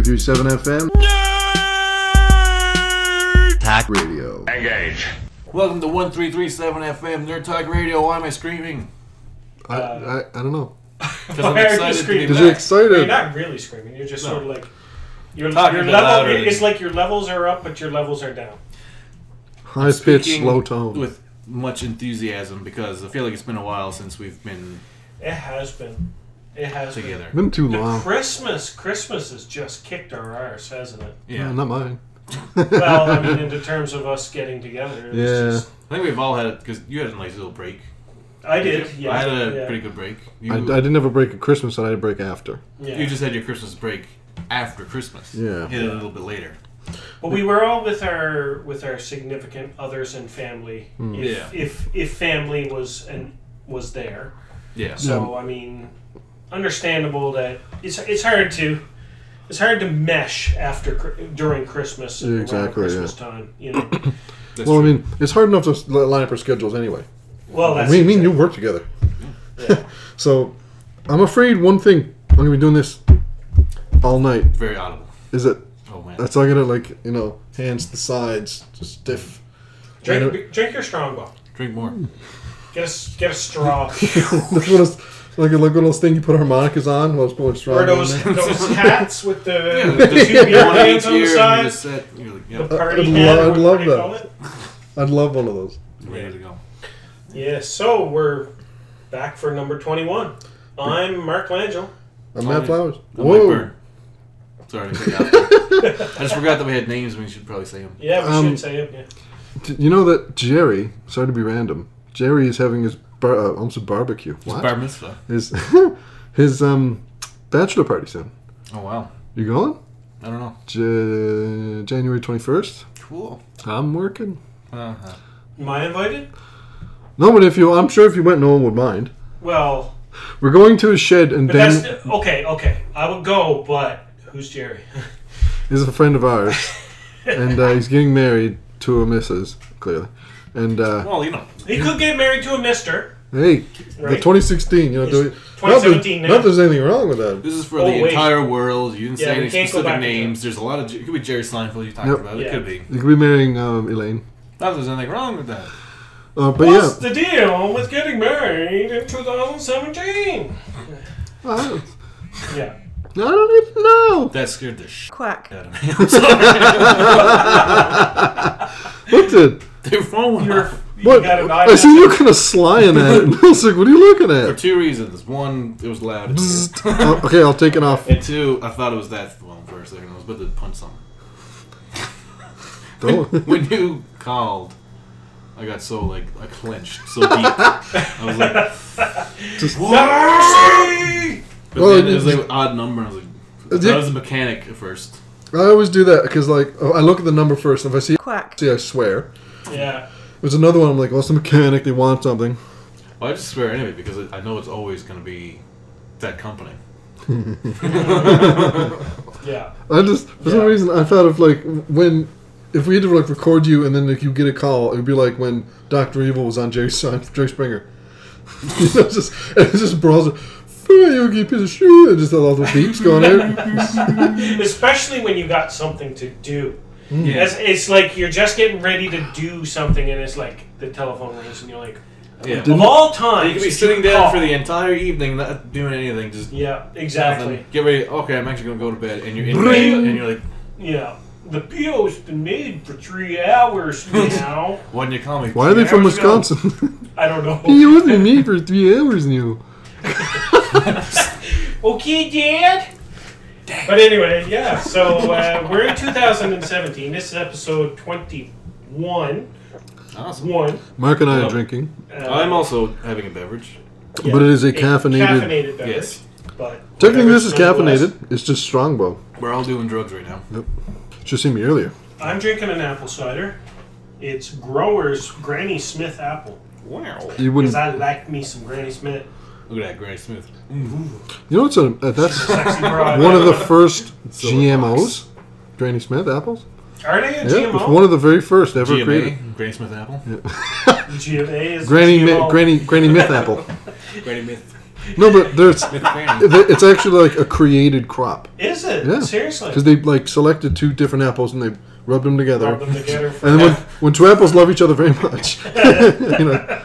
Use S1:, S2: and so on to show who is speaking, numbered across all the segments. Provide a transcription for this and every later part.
S1: 337 FM
S2: Hack
S1: Radio.
S3: Engage.
S4: Welcome to 1337 FM Nerd Talk Radio. Why am I screaming?
S1: I, I, I don't know.
S4: Because I'm
S5: Why are you
S4: excited to be
S5: screaming?
S1: Because you're
S4: back.
S5: You're
S1: excited.
S5: not really screaming. You're just
S4: No.
S5: sort of like your,
S4: Talking
S5: your
S4: a bit
S5: level.
S4: louder.
S5: It's like your levels are up, but your levels are down.
S1: High pitch,
S4: Speaking
S1: low tone.
S4: With much enthusiasm because I feel like it's been a while since we've been
S5: It has been. It has
S4: together.
S1: Been too
S5: Been. The
S1: long.
S5: Christmas, Christmas has just kicked our arse, hasn't it?
S4: Yeah.
S1: Uh, not mine.
S5: Well, I mean, in the terms of us getting together, it's
S1: Yeah.
S5: just,
S4: I think we've all had it because you had a nice little break.
S5: I did.
S4: you?
S5: Yeah,
S4: I had a
S5: yeah,
S4: pretty good break. You,
S1: I, I didn't have a break at Christmas, and I had a break after.
S5: yeah.
S4: you just had your Christmas break after Christmas.
S1: Yeah.
S4: Hit it a little bit later.
S5: But we were all with our with our significant others and family. If,
S4: Hmm. Yeah.
S5: if if family was and was there,
S4: Yeah.
S5: so I mean, understandable that it's it's hard to it's hard to mesh after Chri- during Christmas and around
S1: Exactly, yeah.
S5: Christmas time. You know,
S4: That's
S1: Well, I
S4: true.
S1: mean, it's hard enough to s- li- line up our schedules anyway.
S5: well that's
S1: me, me and you work together.
S5: Yeah.
S1: so, I'm afraid one thing I'm gonna be doing this all night
S4: very audible.
S1: is that
S4: Oh man.
S1: that's all gonna like you know hands to the sides, just stiff.
S5: drink drink your strong ball.
S4: Drink more.
S5: Get a s- get a straw.
S1: Look what else- like like one of those things you put harmonicas on while it's going strong.
S5: or those those hats with
S4: Yeah,
S5: the,
S4: just
S5: two beer
S4: one each
S5: cans on
S4: ear and
S5: the
S4: you
S5: side.
S4: just set. You're like,
S5: The
S4: yep,
S5: party
S1: I'd
S5: hat.
S1: lo-
S5: or
S1: I'd love
S5: what do they
S1: that.
S5: call it?
S1: I'd love one of those.
S4: ready to go.
S5: Yeah, so we're back for number 21. I'm Mark Langell.
S1: I'm
S4: Only-
S1: Matt Flowers.
S4: I'm
S1: Whoa.
S4: like, burn. Sorry, I forgot. I just forgot that we had names. We should probably say them.
S5: Yeah, we
S1: Um,
S5: should say him. Yeah.
S1: D- You know that Jerry, sorry to be random, Jerry is having his bar, uh, almost a barbecue.
S4: It's
S1: What?
S4: Bar mitzvah.
S1: his his um bachelor party soon.
S4: Oh wow.
S1: You going?
S4: I don't know.
S1: J- January 21st.
S4: Cool.
S1: I'm working.
S4: Uh-huh.
S5: Am I invited?
S1: No, but if you, I'm sure if you went, no one would mind.
S5: Well,
S1: We're going to his shed, and
S5: but that's.
S1: then
S5: okay, okay. I would go, but who's Jerry?
S1: is a friend of ours, and uh, he's getting married to a missus clearly. And uh,
S4: Well, you know,
S5: He could get married to a mister.
S1: hey, the
S5: Right.
S1: 2016, you know,
S5: It's
S1: doing, not, that,
S5: 2017 now.
S1: not that there's anything wrong with that.
S4: this is for
S5: Oh,
S4: the
S5: wait.
S4: entire world. You didn't
S5: Yeah,
S4: say
S5: we
S4: any
S5: can't go
S4: specific
S5: back to
S4: names. There's a lot of. It could be Jerry Seinfeld you talked
S1: Yep.
S4: about. It
S5: Yeah.
S4: could be.
S1: You could be marrying um, Elaine,
S4: Not that there's anything wrong with that.
S1: uh, but
S5: What's
S1: yeah,
S5: the deal with getting married in 2017?
S1: I,
S5: Yeah.
S1: I don't even know.
S4: That scared the shit
S6: Quack.
S4: out of me. I'm sorry.
S1: What's it?
S4: They're falling
S5: You're,
S4: off
S5: you
S1: What?
S5: got an eye
S1: I see you kind of slying at it. I was like, what are you looking
S4: for
S1: at?
S4: two reasons. One, it was loud. in
S1: Bzzzt.
S4: here.
S1: Oh, okay, I'll take it off.
S4: and two, I thought it was that one for a second. I was about to punch something.
S1: Don't.
S4: when you called, I got so like I clenched so deep. I was like,
S1: Just-
S4: "Whoa!" But
S1: Well,
S4: then it was like an odd number. I was like,
S1: Yeah.
S4: that was a mechanic at first.
S1: I always do that because, like, oh, I look at the number first. and If I see,
S6: Quack.
S1: see, I swear.
S5: Yeah.
S1: There's another one. I'm like, what's the mechanic? They want something.
S4: Well, I just swear anyway because I- I know it's always going to be that company.
S5: Yeah.
S1: I just for some
S5: Yeah.
S1: reason I thought of like when if we had to like record you and then like you get a call, it would be like when Doctor Evil was on Jerry Son, Jerry Springer. you know, it's just and it's just brawls. You piece of shit! And just all the beeps going there.
S5: Especially when you got something to do.
S4: Yeah,
S5: It's, it's like you're just getting ready to do something, and it's like the telephone rings, and you're like,
S4: yeah.
S5: of all time,
S4: You could be sitting down for the entire evening, not doing anything, just
S5: yeah,
S4: nothing.
S5: exactly.
S4: Get ready. Okay, I'm actually going to go to bed, and you're in bed,
S1: Bring.
S4: and you're like,
S5: Yeah, the PO's been made for three hours now.
S4: "Why didn't you call me?"
S1: Why are they
S4: three
S1: from
S4: hours ago?"
S1: Wisconsin?
S5: I don't
S1: he
S5: know.
S1: was with me for three hours now.
S5: okay, Dad. But anyway, yeah. So uh, we're in 2017. This is episode 21.
S4: Awesome.
S5: One.
S1: Mark and I are
S4: Hello.
S1: drinking,
S5: Uh,
S4: I'm also having a beverage.
S5: yeah,
S1: but it is a
S5: a
S1: caffeinated.
S5: caffeinated beverage,
S4: Yes,
S5: But
S1: Technically, this is
S5: nonetheless.
S1: caffeinated. It's just Strongbow.
S4: we're all doing drugs right now.
S1: Just seen me earlier.
S5: I'm drinking an apple cider. It's Growers Granny Smith apple.
S4: Wow.
S1: You
S5: Because
S1: wouldn't.
S5: I like me some Granny Smith.
S4: Look at that, Granny Smith. Mm-hmm.
S1: You know what's a, uh, that's
S5: Sexy broad.
S1: one of the first
S4: Silver
S1: GMOs. Granny Smith apples.
S5: Are they a
S1: Yeah,
S5: GMO?
S1: it's one of the very first ever created.
S4: GMA, Granny Smith apple.
S5: GMA is
S1: Granny,
S5: GMO.
S1: Mi- Granny, Granny Myth apple.
S4: Granny Myth.
S1: No, but there's
S4: With Fanny.
S1: it- it's actually like a created crop
S5: Is it?
S1: Yeah.
S5: Seriously?
S1: because they like selected two different apples and they rubbed them together.
S5: Rub them together for
S1: and then when, when two apples love each other very much, you know,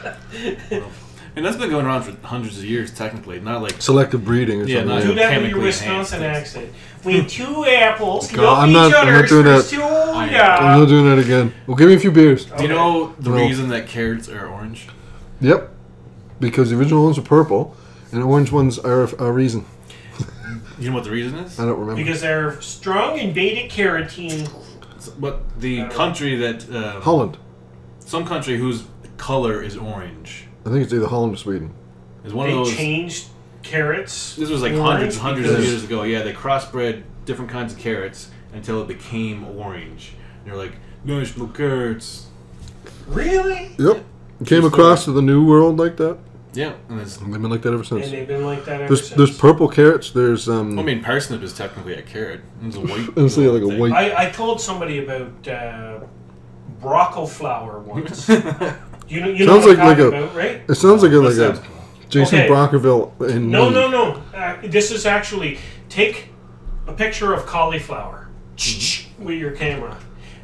S4: And that's been going around for hundreds of years, technically. Not like
S1: selective breeding or
S4: Yeah,
S1: something.
S4: not-
S1: yeah.
S5: Do that with your
S4: Chemically
S5: Wisconsin
S4: enhanced
S5: accent. We two apples
S1: God,
S5: love
S1: I'm
S5: each
S1: not- I'm
S5: other
S1: not doing
S5: since
S1: that.
S5: you
S4: I-
S1: I'm not
S5: are.
S1: doing that again. Well, give me a few beers.
S4: Do you know the
S1: No.
S4: reason that carrots are orange?
S1: Yep, because the original ones are purple, and the orange ones are a reason.
S4: You know what the reason is?
S1: I don't remember.
S5: Because they're strong in beta carotene.
S4: It's- But the country that uh,
S1: Holland.
S4: some country whose color is orange
S1: I think it's either Holland or Sweden.
S4: is one
S5: They
S4: of those.
S5: changed carrots.
S4: This was like
S5: orange
S4: hundreds, and hundreds of
S5: because-
S4: years ago. Yeah, they crossbred different kinds of carrots until it became orange. And they're like, no, it's no carrots.
S5: Really?
S1: Yep. Came across to the new world like that.
S4: Yeah, and it's.
S1: They've been like that ever
S5: And
S1: since.
S5: they've been like that ever
S1: There's
S5: since.
S1: there's purple carrots. There's um.
S4: I mean, parsnip is technically a carrot. It's a white.
S1: It's like a
S4: little thing.
S1: white-
S5: I, I told somebody about uh, broccoli flour once. you know,
S1: Sounds
S5: you know
S1: like-
S5: what I'm
S1: like
S5: talking
S1: a-
S5: about, right?
S1: it sounds like a, like
S4: That sounds
S1: a
S4: cool.
S1: Jason
S5: Okay.
S1: Brockerville. In
S5: No,
S1: um,
S5: no, no. Uh, this is actually take a picture of cauliflower
S1: Mm-hmm.
S5: with your camera,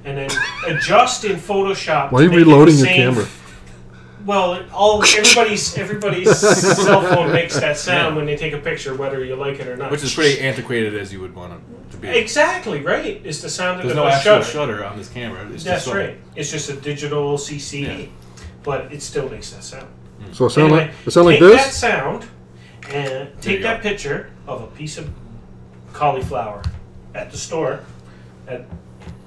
S5: and then adjust in Photoshop.
S1: Why are
S5: to
S1: you
S5: make it the
S1: reloading your
S5: same-
S1: camera?
S5: Well, it all everybody's everybody's cell phone makes that sound when they take a picture, whether you like it or not.
S4: Which is pretty antiquated as you would want it to be.
S5: exactly right. It's the sound of
S4: There's
S5: the
S4: no actual
S5: shutter.
S4: shutter. on this camera. It's
S5: That's
S4: just a-
S5: right. It's just a digital CC,
S4: Yeah.
S5: but it still makes that sound.
S1: So it sound
S5: Anyway,
S1: like it sound like
S5: take that
S1: this.
S5: sound and
S4: There you
S5: take that
S4: go.
S5: picture of a piece of cauliflower at the store, at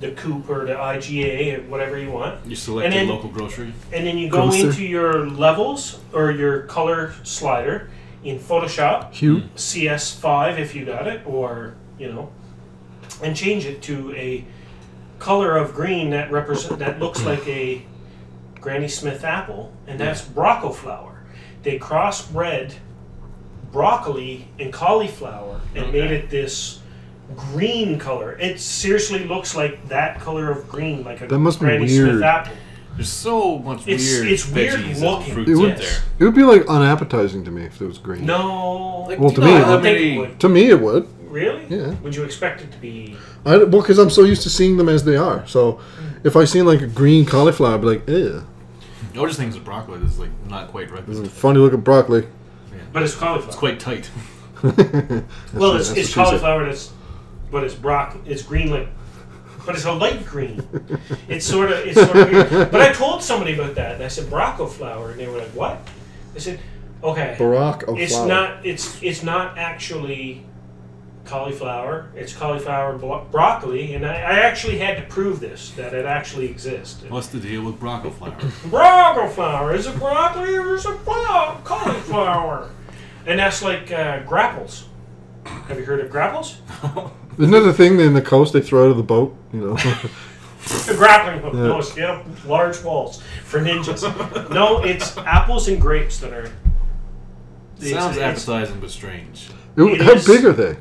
S5: the Coop or the IGA, or whatever you want.
S4: You select
S5: And
S4: your
S5: then-
S4: local grocery.
S5: And then you go
S1: Grocer.
S5: into your levels or your color slider in Photoshop,
S1: Hue.
S5: CS5 if you got it, or, you know, and change it to a color of green that represent that looks like a Granny Smith apple, and that's broccoli flower. They crossbred broccoli and cauliflower and
S4: Okay.
S5: made it this green color. It seriously looks like that color of green, like a
S1: That must be
S5: Granny
S1: weird.
S5: Smith apple.
S4: There's so much
S5: It's-
S4: weird
S5: it's weird
S4: veggies
S5: looking.
S4: and fruits
S1: It
S4: out
S1: would-
S4: there.
S1: It would be like unappetizing to me if it was green.
S5: No.
S1: Well, to
S4: do
S1: me,
S4: you
S1: it
S4: know how
S1: would-
S5: think it
S4: many-
S5: would.
S1: To me, it would.
S5: Really?
S1: Yeah.
S5: Would you expect it to be?
S1: I well, because I'm so used to seeing them as they are. So if I seen like a green cauliflower, I'd be like, ew.
S4: I just think it's broccoli that's like not quite ripe. It's
S1: It's a funny looking broccoli.
S5: But it's cauliflower.
S4: quite tight.
S5: well, it's,
S1: That's
S5: it's
S1: what she said.
S5: cauliflower. That's, but it's broccoli. It's green like, but it's a light green. it's sort of it's sort of weird. But I told somebody about that, and I said broccoli flower, and they were like, "What?" I said, "Okay,
S1: Barack O'Flower.
S5: it's not. It's it's not actually." Cauliflower, it's cauliflower blo- broccoli, and I, I actually had to prove this that it actually exists.
S4: What's the deal with broccoli flour?
S5: Broccoli flower is it broccoli or is it bro- cauliflower? And that's like uh, grapples. Have you heard of grapples?
S1: Isn't that the thing in the coast they throw out of the boat? You know,
S5: The grappling hook. No, it's yeah, large balls for ninjas. no, it's apples and grapes that are. it's-
S4: Sounds
S5: it's-
S4: appetizing but strange.
S1: It-
S5: It
S1: how
S5: is.
S1: big are they?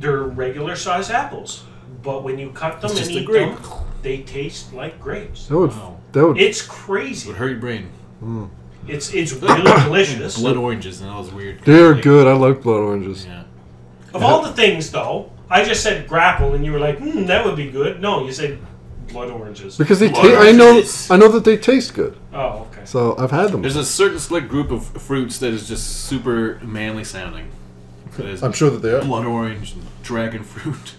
S5: They're regular size apples, but when you cut them
S4: It's
S5: and
S4: just a
S5: eat
S4: grape.
S5: them, they taste like grapes.
S1: That would
S4: Wow.
S1: that would
S5: It's
S4: It
S5: crazy.
S4: would hurt your brain.
S5: It's it's really delicious.
S4: Blood oranges and all those weird.
S1: They're
S4: like-
S1: good. I like blood oranges.
S4: Yeah.
S5: Of all the things, though, I just said grapple, and you were like, hmm, that would be good. No, you said blood oranges.
S1: Because they,
S4: Blood
S1: ta- I know,
S4: oranges.
S1: I know that they taste good.
S5: Oh, okay.
S1: So I've had them.
S4: There's a certain select group of fruits that is just super manly sounding. That is
S1: I'm sure that they are.
S4: blood orange and dragon fruit.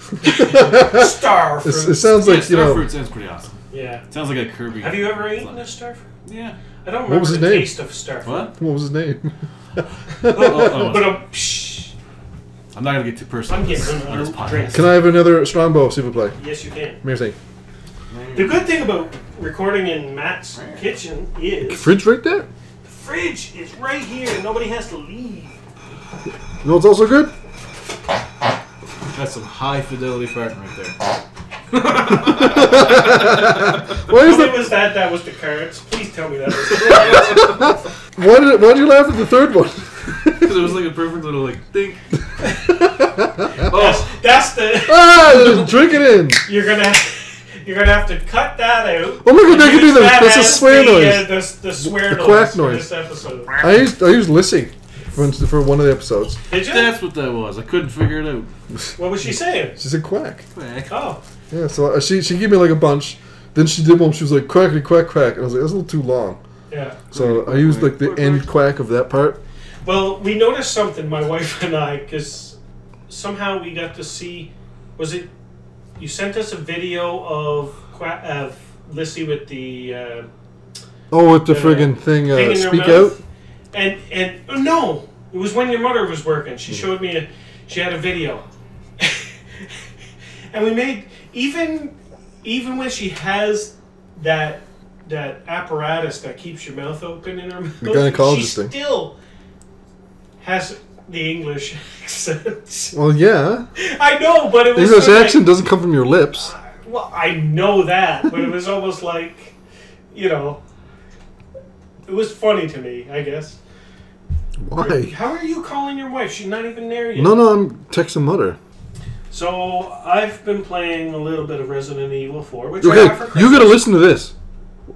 S5: Star fruit.
S1: It's, it sounds
S4: yeah,
S1: like you
S4: star
S1: know.
S4: fruit sounds pretty awesome.
S5: yeah.
S4: Sounds like a Kirby.
S5: Have you ever eaten a star fruit?
S4: Yeah.
S5: I don't remember
S1: was his
S5: the
S1: name?
S5: taste of star fruit.
S4: What?
S1: What was his name?
S4: Oh, oh,
S5: But
S4: oh,
S5: um, psh,
S4: I'm not gonna get too personal.
S5: I'm getting
S4: on this
S5: another
S4: podcast.
S5: drink.
S1: Can I have another Strongbow Super Play?
S5: yes, you can.
S1: Here's thing.
S5: The good thing about recording in Matt's kitchen is
S1: Fridge right there.
S5: the fridge is right here. Nobody has to leave.
S1: You know what's also good?
S4: That's some high fidelity farting right there.
S1: Why is
S5: Tell me
S1: that?
S5: was that that was the carrots. Please tell me that. Was
S1: Why did Why did you laugh at the third one?
S4: Because it was like a perfect little like think. oh,
S5: That's the.
S1: Ah, just drink it in.
S5: You're gonna. You're gonna have to cut that out.
S1: Oh my god, they can do
S5: Use
S1: that. That's a
S5: as
S1: swear
S5: the,
S1: noise.
S5: Uh, the, the swear
S1: The
S5: noise
S1: quack
S5: for
S1: noise.
S5: This episode.
S1: I used I used Lissy. for, inst- for one of the episodes.
S5: Did you?
S4: That's what that was. I couldn't figure it out.
S5: What was she saying?
S1: She said quack.
S4: Quack.
S5: Oh,
S1: Yeah, so uh, she she gave me like a bunch. Then she did one. She was like quackity quack quack, and I was like, that's a little too long.
S5: yeah.
S1: So I used like the end quack of that part.
S5: Well, we noticed something, my wife and I, because somehow we got to see. Was it you sent us a video of Qua- of Lissy with the uh,
S1: Oh, with the
S5: Yeah.
S1: friggin' thing,
S5: thing
S1: uh,
S5: in her
S1: speak out.
S5: mouth? And and oh, no, it was when your mother was working. She
S1: Hmm.
S5: showed me a, she had a video, and we made even even when she has that that apparatus that keeps your mouth open in her mouth, she
S1: gynecologist thing.
S5: still has the English accent.
S1: Well, yeah,
S5: I know, but it was
S1: English
S5: sort of
S1: accent doesn't come from your lips.
S5: Like, well, I know that, but it was almost like, you know, it was funny to me. I guess.
S1: Why?
S5: How are you calling your wife? She's not even there yet.
S1: No, no, I'm texting mother.
S5: So I've been playing a little bit of Resident Evil 4, which I
S1: Okay,
S5: got for Christmas.
S1: you gotta listen to this.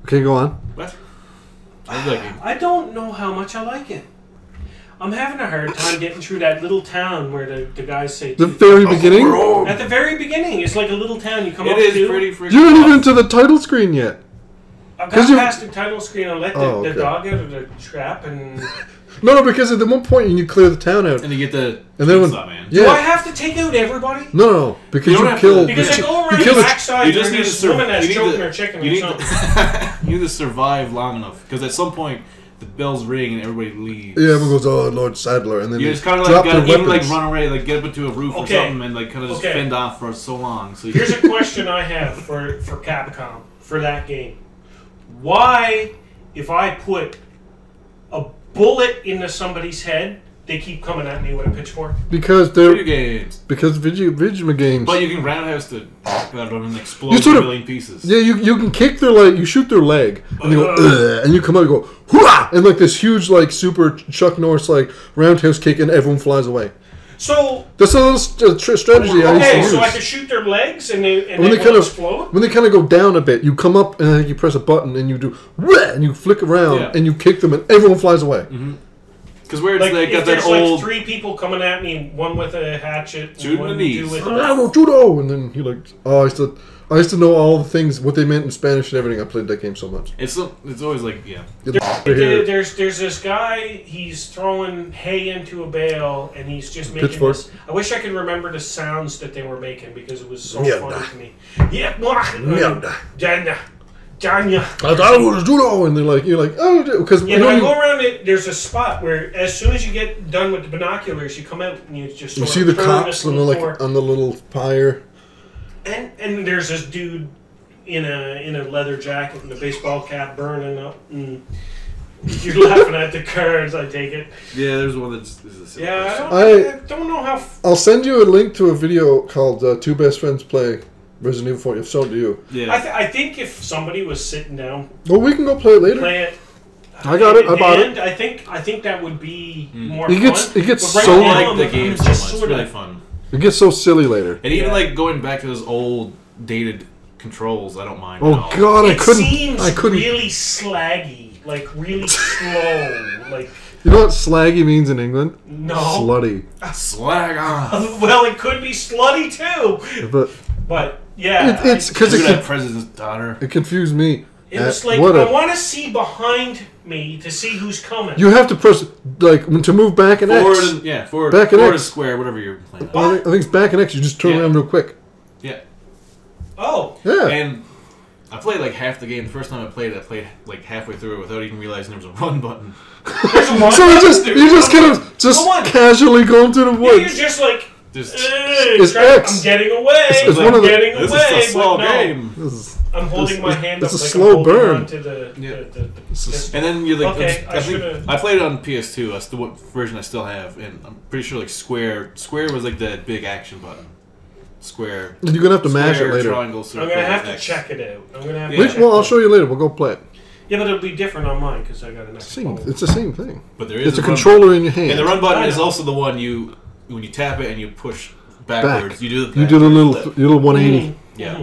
S1: Okay, go on.
S4: What? I was like,
S5: I don't know how much I like it. I'm having a hard time getting through that little town where the, the guys say.
S1: The very beginning.
S4: Bro.
S5: At the very beginning, it's like a little town you come
S4: It
S5: up
S4: is
S5: to.
S4: pretty freaking.
S1: You're not
S4: tough.
S1: even to the title screen yet.
S5: I got
S1: 'Cause you-
S5: past the title screen and let the,
S1: Oh,
S5: the
S1: okay.
S5: dog out of the trap. And
S1: No, no, because at the one point you clear the town out.
S4: And you get the
S1: And then when-
S4: chainsaw man.
S1: yeah.
S5: do I have to take out everybody?
S1: No, no, no,
S4: You
S1: because
S4: don't
S1: you,
S4: have to-
S1: kill.
S5: Because
S1: the
S5: I
S1: chi-
S5: go
S1: you
S5: around
S1: kill
S5: the
S1: the
S5: backside
S4: You
S5: and
S4: just need to
S5: this
S4: survive.
S5: woman that's
S4: you, need
S5: choking
S4: to,
S5: her chicken
S4: you
S5: or
S4: need
S5: something.
S4: to- you need to survive long enough because at some point the bells ring and everybody leaves.
S1: Yeah, everyone goes, "Oh, Lord Sadler," and then
S4: You
S1: they
S4: just kind of like
S1: drop
S4: gotta
S1: their
S4: even like
S1: weapons.
S4: run away, like get up into a roof
S5: Okay.
S4: or something, and like kind of just
S5: Okay.
S4: fend off for so long. So you
S5: Here's a question I have for, for Capcom for that game. Why, if I put a bullet into somebody's head, they keep coming at me with a pitchfork?
S1: because
S4: video
S1: they're
S4: games,
S1: because video video games.
S4: but you can roundhouse to that and explode
S1: You
S4: in
S1: sort
S4: a
S1: of-
S4: million pieces.
S1: yeah, you, you can kick their leg, you shoot their leg, and they go,
S5: Uh-huh.
S1: Ugh, and you come out and go, Hurrah! and like this huge like super Chuck Norris like roundhouse kick, and everyone flies away.
S5: So,
S1: That's a little st- uh, tr- strategy I used to
S5: okay,
S1: use.
S5: so I could shoot their legs and they, and
S1: when
S5: they,
S1: they kind
S5: will
S1: of
S5: explode?
S1: when they kind of go down a bit, you come up and then you press a button and you do "Wah!" and you flick around
S4: Yeah.
S1: and you kick them and everyone flies away.
S5: Mm-hmm.
S4: Because where it's
S5: Like,
S4: like,
S5: if
S4: got
S5: there's
S4: that old
S5: like three people coming at me, one with a hatchet,
S4: Shoot in
S5: and one
S4: the knees.
S5: two with
S1: "Bravo, "Ah, judo!" and then you like oh I used to I used to know all the things what they meant in Spanish and everything. I played that game so much.
S4: it's so- it's always like yeah.
S1: Get the f- outta
S5: There-
S1: here.
S5: There's there's this guy. He's throwing hay into a bale, and he's just making
S1: Pitchfork.
S5: this. I wish I could remember the sounds that they were making because it was so
S1: Yeah.
S5: funny to me. Yeah, blah, uh, Danya, Danya.
S1: I thought it was judo, and they're like you're like oh because
S5: Yeah, but I go around it. There's a spot where, as soon as you get done with the binoculars, you come out and you just
S1: You
S5: sort
S1: see
S5: of
S1: the
S5: turn
S1: cops
S5: this
S1: on the
S5: little
S1: like uh.
S5: corner.
S1: on the little pyre.
S5: and and there's this dude in a in a leather jacket and a baseball cap burning up. And you're laughing at the cards. I take it.
S4: Yeah, there's one that's is a silly
S5: Yeah, I
S4: person.
S5: don't,
S1: I-
S5: I don't know how
S1: I'll send you a link to a video called uh, Two Best Friends Play Resident Evil 4. If so, do you?
S4: yeah.
S5: I, th- I think if somebody was sitting down,
S1: Well, we can go play it later.
S5: play it.
S1: I got it. I bought it.
S5: And I think I think that would be more.
S1: It gets-
S5: fun.
S1: it gets
S5: But
S1: so
S5: now,
S1: like
S4: I like Hmm.
S5: I'm-
S4: the
S5: I'm
S4: game so much.
S5: just
S4: It's
S5: sorta-
S4: really fun.
S1: It gets so silly later.
S4: And even
S5: Yeah.
S4: like going back to those old dated controls, I don't mind.
S1: Oh
S4: at all.
S1: God, I
S5: It
S1: couldn't.
S5: seems
S1: I couldn't.
S5: really slaggy, like really slow, like
S1: You know what slaggy means in England?
S5: no.
S1: Slutty.
S4: Slag off.
S5: well, it could be slutty too,
S1: But
S5: but yeah,
S1: it, it's
S5: I-
S1: because
S4: Look
S1: it,
S4: at that
S1: con-
S4: president's daughter.
S1: it confused me.
S5: it
S1: Uh,
S5: was like
S1: what
S5: I
S1: a-
S5: want to see behind me to see who's coming.
S1: you have to press like when to move back and
S4: Forward,
S1: X.
S4: and- yeah, forward,
S1: Back and
S4: forward
S1: X.
S4: and square, whatever you're playing.
S1: I think, I think it's back and X. You just turn
S4: Yeah.
S1: around real quick.
S4: Yeah,
S5: oh,
S1: Yeah.
S4: and I played like half the game. The first time I played, it, I played like halfway through it without even realizing there was a run button.
S5: there's a lot.
S1: so you just you just kind of just
S5: Come on.
S1: casually going through the
S5: You're
S1: woods.
S5: just like.
S4: Just
S5: "Ugh,
S1: It's
S5: crap,
S1: X.
S5: I'm getting away.
S1: it's
S5: I'm
S1: one of the-
S5: getting
S4: this
S5: away.
S4: is a slow
S5: but no.
S4: game.
S1: This is-
S5: I'm holding my
S1: It's-
S5: hand
S1: it's
S5: up.
S1: a
S5: like
S1: slow
S5: I'm holding
S1: burn.
S5: on to the,
S4: Yeah.
S5: the, the,
S1: This is-
S5: the-
S4: And then you're like,
S5: Okay,
S4: I,
S5: I
S4: think,
S5: should've-
S4: I played it on PS2. That's the one version I still have, and I'm pretty sure like square, square was like the big action button. Square.
S1: You're gonna have to mash it
S4: square,
S1: later.
S4: Triangle, circle,
S5: I'm gonna have to
S4: X.
S5: check it out. I'm gonna have
S4: Yeah.
S5: to
S1: Which,
S5: check
S1: well, I'll
S5: it
S1: show you later. We'll go play it.
S5: out. Yeah, but it'll be different on mine because I got an
S1: Same.
S5: Xbox.
S1: It's the same thing.
S4: But there is
S1: It's a
S4: a Oh. run-
S1: controller in your hand.
S4: And the run button
S5: I
S4: is
S5: know.
S4: also the one you when you tap it and you push
S1: back.
S4: backwards. You do the
S1: you do the
S4: backwards
S1: little
S4: flip.
S1: little 180.
S4: Yeah.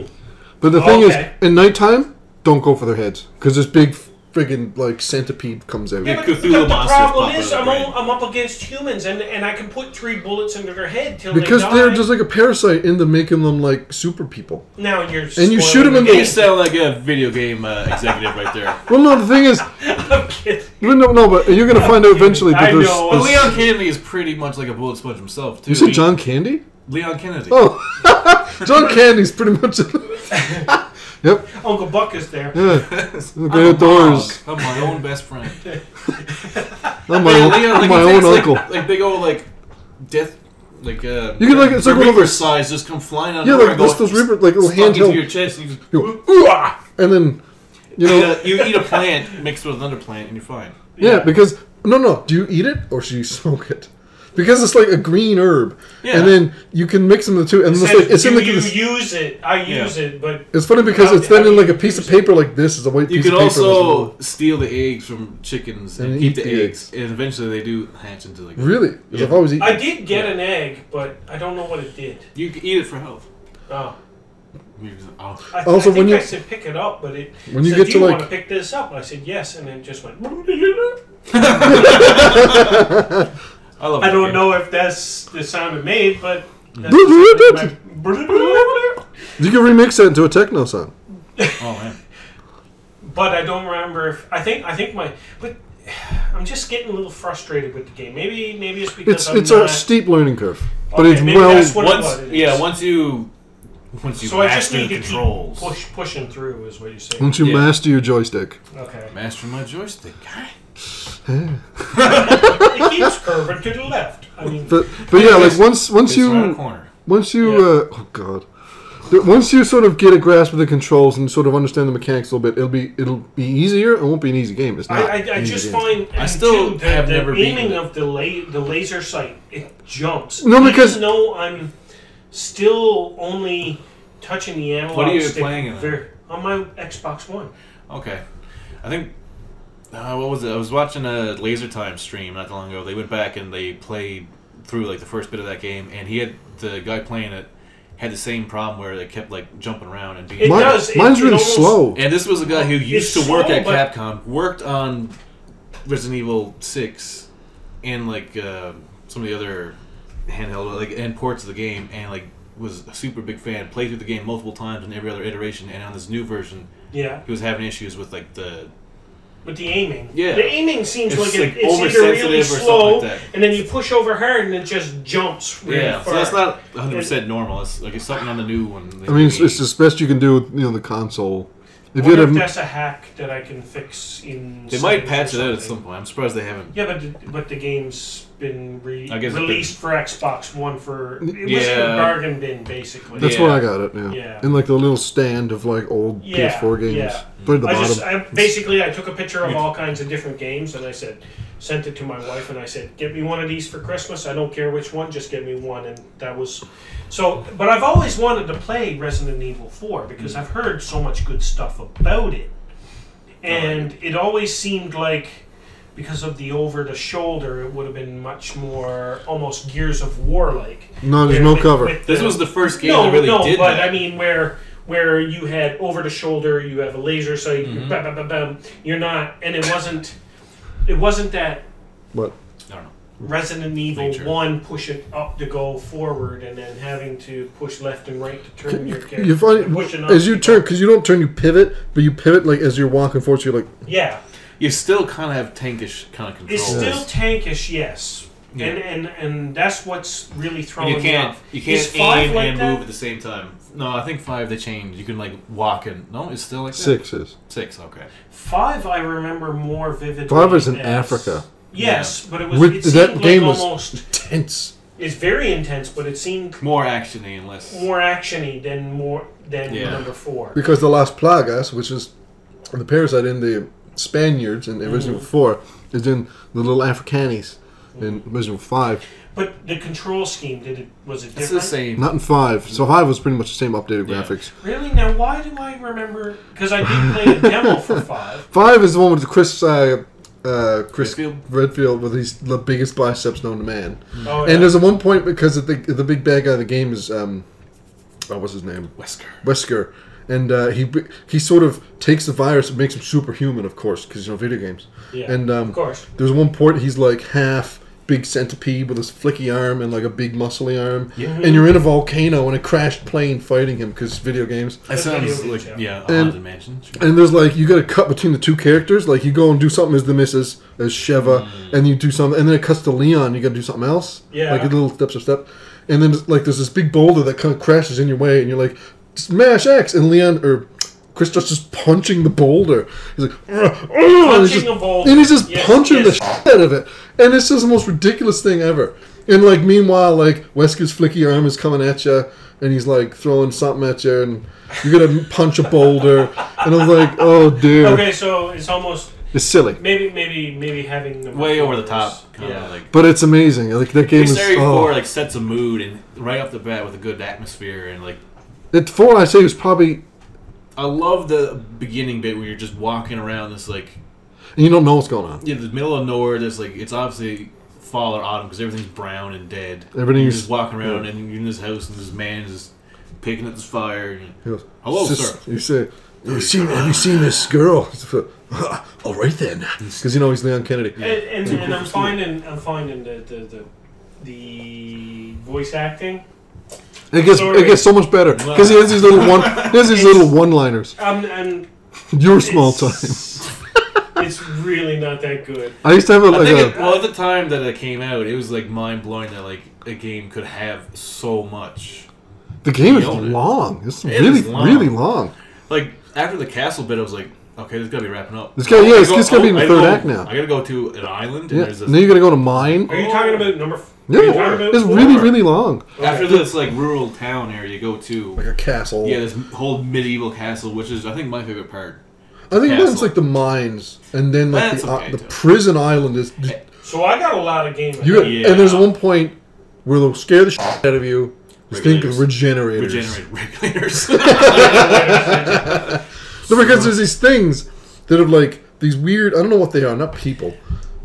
S1: But the thing
S5: Okay.
S1: is, in nighttime, don't go for their heads because this big friggin' like centipede comes out.
S4: Yeah,
S5: but
S4: Cthulhu
S5: the, the
S4: monsters
S5: problem
S4: pop
S5: is,
S4: out of
S5: I'm,
S4: the
S5: all, I'm up against humans, and, and I can put three bullets into their head till
S1: because
S5: they die.
S1: they're just like a parasite into making them like super people.
S5: now you're
S1: and you shoot 'em in
S5: spoiling
S1: the-
S4: You sound like a video game uh, executive right there.
S1: Well, no, the thing is,
S5: I'm kidding.
S1: you know, no, but you're gonna find out eventually that
S5: I
S1: there's.
S5: know,
S4: But
S1: there's-
S4: Leon Kennedy is pretty much like a bullet sponge himself too.
S1: you
S4: He-
S1: said John Candy?
S4: Leon Kennedy.
S1: Oh, John Candy's pretty much. yep.
S5: Uncle Buck is there.
S1: Yeah. The
S4: I'm a
S1: great doors.
S4: monk. I'm my own best friend.
S1: I'm my,
S4: Yeah,
S1: own,
S4: Leon,
S1: I'm
S4: like,
S1: my own
S4: it's- it's like-
S1: uncle.
S4: Like, big old like death. Like uh,
S1: You can, like, it's like one of those-
S4: size just come flying out. of
S1: Yeah,
S4: nowhere
S1: like
S4: and go,
S1: those, those
S4: stuck
S1: Reaper, like little
S4: into
S1: handheld.
S4: your chest. And you just
S1: you go, "Ooh, ah," and then, you know,
S4: you, uh, you eat a plant mixed with another plant and you're fine.
S1: yeah, because no, no. Do you eat it or should you smoke it? Because it's like a green herb,
S4: Yeah.
S1: and then you can mix them the two, and it's,
S5: Said,
S1: like it's in
S5: "Do
S1: like
S5: you
S1: this.
S5: use it? I
S4: Yeah.
S5: use it, but
S1: It's funny because
S5: How-
S1: it's then
S5: how
S1: in
S5: do
S1: like a
S5: you
S1: piece of
S5: use it?
S1: paper like this is a white
S4: You
S1: piece
S4: can
S1: of paper. with a
S4: also
S1: little-
S4: steal the eggs from chickens and,
S1: And
S4: keep
S1: eat
S4: the,
S1: the
S4: eggs, and eventually they do hatch into like.
S1: really, 'Cause
S4: Yeah.
S1: I've always eaten.
S5: I did get an egg, but I don't know what it did.
S4: You can eat it for health.
S5: Oh.
S4: You just- oh.
S5: I,
S1: Also,
S5: I think
S1: when you-
S5: I said pick it up, but it
S1: When you
S5: said,
S1: get
S5: do
S1: to,
S5: you
S1: like-
S5: want to pick this up? And I said yes, and it just went.
S4: I love.
S5: I
S4: that
S5: don't
S4: game.
S5: know if that's the sound it made, but that's
S1: You
S5: my-
S1: can remix that into a techno song.
S4: Oh man.
S5: but I don't remember if I think I think my but I'm just getting a little frustrated with the game. Maybe maybe it's because
S1: It's
S5: I'm
S1: it's
S5: not,
S1: a steep learning curve, but
S5: Okay,
S1: it's
S5: maybe
S1: well.
S5: that's what- it
S4: Once,
S5: was.
S4: yeah, once you, once you
S5: so I just
S4: master
S5: need
S4: the
S5: to
S4: controls,
S5: keep push, pushing through is what you're saying.
S1: Once you
S4: yeah.
S1: master your joystick,
S5: Okay,
S4: master my joystick.
S5: it keeps curving to the left. I mean,
S1: but but yeah, like
S4: It's-
S1: once once
S4: It's around the
S1: you
S4: corner.
S1: Once you,
S5: Yeah.
S1: uh, oh god, Th- once you sort of get a grasp of the controls and sort of understand the mechanics a little bit, it'll be it'll be easier. It won't be an easy game. It's
S5: I,
S1: not.
S5: I, I
S1: an easy
S5: just
S1: game.
S5: find and
S4: still
S5: too, the,
S4: have
S5: the
S4: never beaten
S5: aiming
S4: it.
S5: of the la- the laser sight it jumps.
S1: No, because-
S5: even though I'm still only touching the analog.
S4: What are you
S5: stick
S4: playing it on?
S5: ver- on my Xbox One.
S4: Okay, I think uh, what was it? I was watching a Laser Time stream not that long ago. They went back and they played through like the first bit of that game, and he had the guy playing it had the same problem where they kept like jumping around and being.
S5: It
S1: Mine-
S5: does, it-
S1: mine's
S5: it
S1: really
S5: almost-
S1: slow.
S4: And this was a guy who used
S5: It's
S4: to work at
S5: slow, but-
S4: Capcom, worked on Resident Evil Six, and like uh, some of the other handheld like and ports of the game, and like was a super big fan. Played through the game multiple times in every other iteration, and on this new version,
S5: Yeah,
S4: he was having issues with like the
S5: with the aiming.
S4: Yeah.
S5: the aiming seems
S4: It's
S5: like, it,
S4: like
S5: it's either
S4: oversensitive
S5: really
S4: or something
S5: slow,
S4: like that.
S5: and then you push over her, and it just jumps. Really
S4: yeah. So
S5: far.
S4: that's not 100 percent normal. It's like it's something on the new one.
S1: I mean, it's, it's as best you can do with you know the console. If you
S5: Wonder
S1: had
S5: if
S1: a,
S5: that's a hack that I can fix in.
S4: they might
S5: settings or
S4: patch it out at
S5: something.
S4: some point. I'm surprised they haven't.
S5: Yeah, but the, but the game's been re-
S4: I guess it's
S5: released for Xbox One for it was in
S4: Yeah.
S5: a bargain bin basically.
S1: that's
S4: Yeah.
S1: where I got it. Yeah.
S5: Yeah.
S1: in like the little stand of like old
S5: Yeah,
S1: PS4 games.
S5: yeah.
S1: Put it at the
S5: I
S1: bottom.
S5: just I, basically I took a picture of all kinds of different games and I said sent it to my wife and I said get me one of these for Christmas. I don't care which one, just get me one. And that was so. But I've always wanted to play Resident Evil Four because
S1: Mm.
S5: I've heard so much good stuff about it, and it always seemed like. Because of the over the shoulder, it would have been much more almost Gears of War like.
S1: no, Oh, there's no cover.
S4: This was the first game
S5: No,
S4: that really
S5: no,
S4: did
S5: but
S4: that.
S5: I mean where where you had over the shoulder, you have a laser sight, you
S4: Mm-hmm.
S5: bam, bam, bam, bam, you're not, and it wasn't, it wasn't that
S1: but
S4: I don't know.
S5: Resident Evil
S4: Nature.
S5: One push it up to go forward, and then having to push left and right to turn your character.
S1: you find
S5: pushing up
S1: as you
S5: to
S1: turn
S5: go-
S1: because you don't turn, you pivot, but you pivot like as you're walking forward. So you're like,
S5: yeah,
S4: You still kind of have tankish kind of
S5: it's
S4: controls.
S5: still tankish, yes,
S4: Yeah.
S5: and and and that's what's really
S4: And
S5: throwing
S4: you
S5: me
S4: can't
S5: off.
S4: you
S5: Is
S4: can't
S5: five
S4: aim
S5: like
S4: and
S5: that?
S4: move at the same time. No, I think five they changed. You can like walk and no, it's still like that?
S1: six is.
S4: Six, okay.
S5: Five, I remember more vividly.
S1: Five is in
S5: as-
S1: Africa.
S5: Yes, but it was.
S1: With-
S5: it
S1: that
S5: seemed
S1: game
S5: like
S1: was-
S5: almost.
S1: Tense.
S5: It's very intense, but it seemed
S4: More actiony and less.
S5: more actiony than more than
S4: Yeah.
S5: number four.
S1: because the Las Plagas, which is the parasite in the Spaniards in Resident Evil
S5: Mm.
S1: Four, is in the little Africanis
S5: Mm.
S1: in Resident Evil Five.
S5: But the control scheme did it was it
S4: It's
S5: different?
S4: the same.
S1: Not in Five. So Five was pretty much the same updated
S4: Yeah.
S1: graphics.
S5: Really? Now why do I remember? Because I did play a demo for five.
S1: Five is the one with Chris. Uh, uh, Chris
S4: Redfield?
S1: Redfield. Redfield with his the biggest biceps known to man,
S5: Oh, yeah.
S1: and there's a one point because of the the big bad guy of the game is um, oh, what's his name?
S4: Wesker.
S1: Wesker, and uh, he he sort of takes the virus and makes him superhuman, of course, because you know video games.
S5: Yeah,
S1: And um,
S5: of course.
S1: there's one point he's like half big centipede with his flicky arm and like a big muscly arm,
S4: Yeah.
S1: and you're in a volcano and a crashed plane fighting him because video games.
S4: That
S5: That's
S4: sounds
S5: video
S4: like
S5: games,
S4: yeah, a
S1: And-
S4: haunted mansion. Sure.
S1: And there's like you got to cut between the two characters. Like you go and do something as the missus as Sheva, and you do something, and then it cuts to Leon. You got to do something else.
S5: Mm. Yeah.
S1: like little steps of step. And then like there's this big boulder that kind of crashes in your way, and you're like, smash X, and Leon or Chris starts just punching the boulder. He's like, "Ugh, ugh," and he's
S5: Punching
S1: just-
S5: a boulder.
S1: and he's just
S5: Yes,
S1: punching the
S5: yes.
S1: shit out of it. And it's just the most ridiculous thing ever. And like meanwhile, like Wesker's flicky arm is coming at you, and he's like throwing something at you, and you gotta punch a boulder. And I was like, oh dude,
S5: Okay, so it's almost
S1: it's silly,
S5: maybe maybe maybe having number
S4: Way
S5: four
S4: over the
S5: is-
S4: top, kind
S5: yeah.
S4: of like.
S1: but it's amazing. Like that game
S4: Big
S1: is
S4: Story Four
S1: oh,
S4: like sets a mood and right off the bat with a good atmosphere and like
S1: it four I say was probably
S4: I love the beginning bit where you're just walking around this like
S1: and you don't know what's going on.
S4: in the middle of nowhere. There's like it's obviously fall or autumn because everything's brown and dead.
S1: Everything
S4: you're
S1: is-
S4: just walking around and you're in this house and this man is just picking at this fire. And,
S1: He goes,
S4: Hello,
S1: "Sis,"
S4: sir.
S1: You say, have you seen, have you seen this girl? He's like, "Ah, All right then, because you know he's Leon Kennedy.
S5: And, and, and I'm finding I'm finding the the, the, the voice acting.
S1: It gets
S5: Sorry.
S1: it gets so much better because he has these little one he has these
S5: It's-
S1: little one liners.
S5: Um, and
S1: Your small time.
S5: it's, it's really not that good.
S1: I used to have a,
S4: I
S1: like
S4: think it,
S1: a
S4: well at the time that it came out, it was like mind blowing that like a game could have so much.
S1: the game is
S4: Nailed it.
S1: long. It's
S4: It
S1: really
S4: is long.
S1: really long.
S4: Like after the castle bit, I was like, okay, this gotta be wrapping up.
S1: This guy- yeah,
S4: I gotta
S1: it's- it's gotta be in the
S4: I
S1: third
S4: gotta
S1: act
S4: go-
S1: now.
S4: I gotta go to an island. And
S1: Yeah.
S4: there's this,
S1: Now you got to go to mine.
S5: Are you
S4: Oh.
S5: talking about number? f-
S1: Yeah,
S5: are you talking about
S1: it's really
S5: four?
S1: really long.
S4: After this like rural town area, you go to
S1: Like a castle.
S4: yeah this whole medieval castle, which is I think my favorite part.
S1: I think
S4: castle.
S1: that's like the mines, and then like
S4: That's
S1: the, uh,
S4: okay,
S1: the
S4: too. Eh,
S1: prison island is.
S5: So I got a lot of game.
S1: You,
S4: Yeah.
S1: And there's one point where they'll scare the shit out of you. Just think of regenerators.
S4: Regenerate regulators.
S1: No, because there's these things that have like these weird. I don't know what they are. Not people,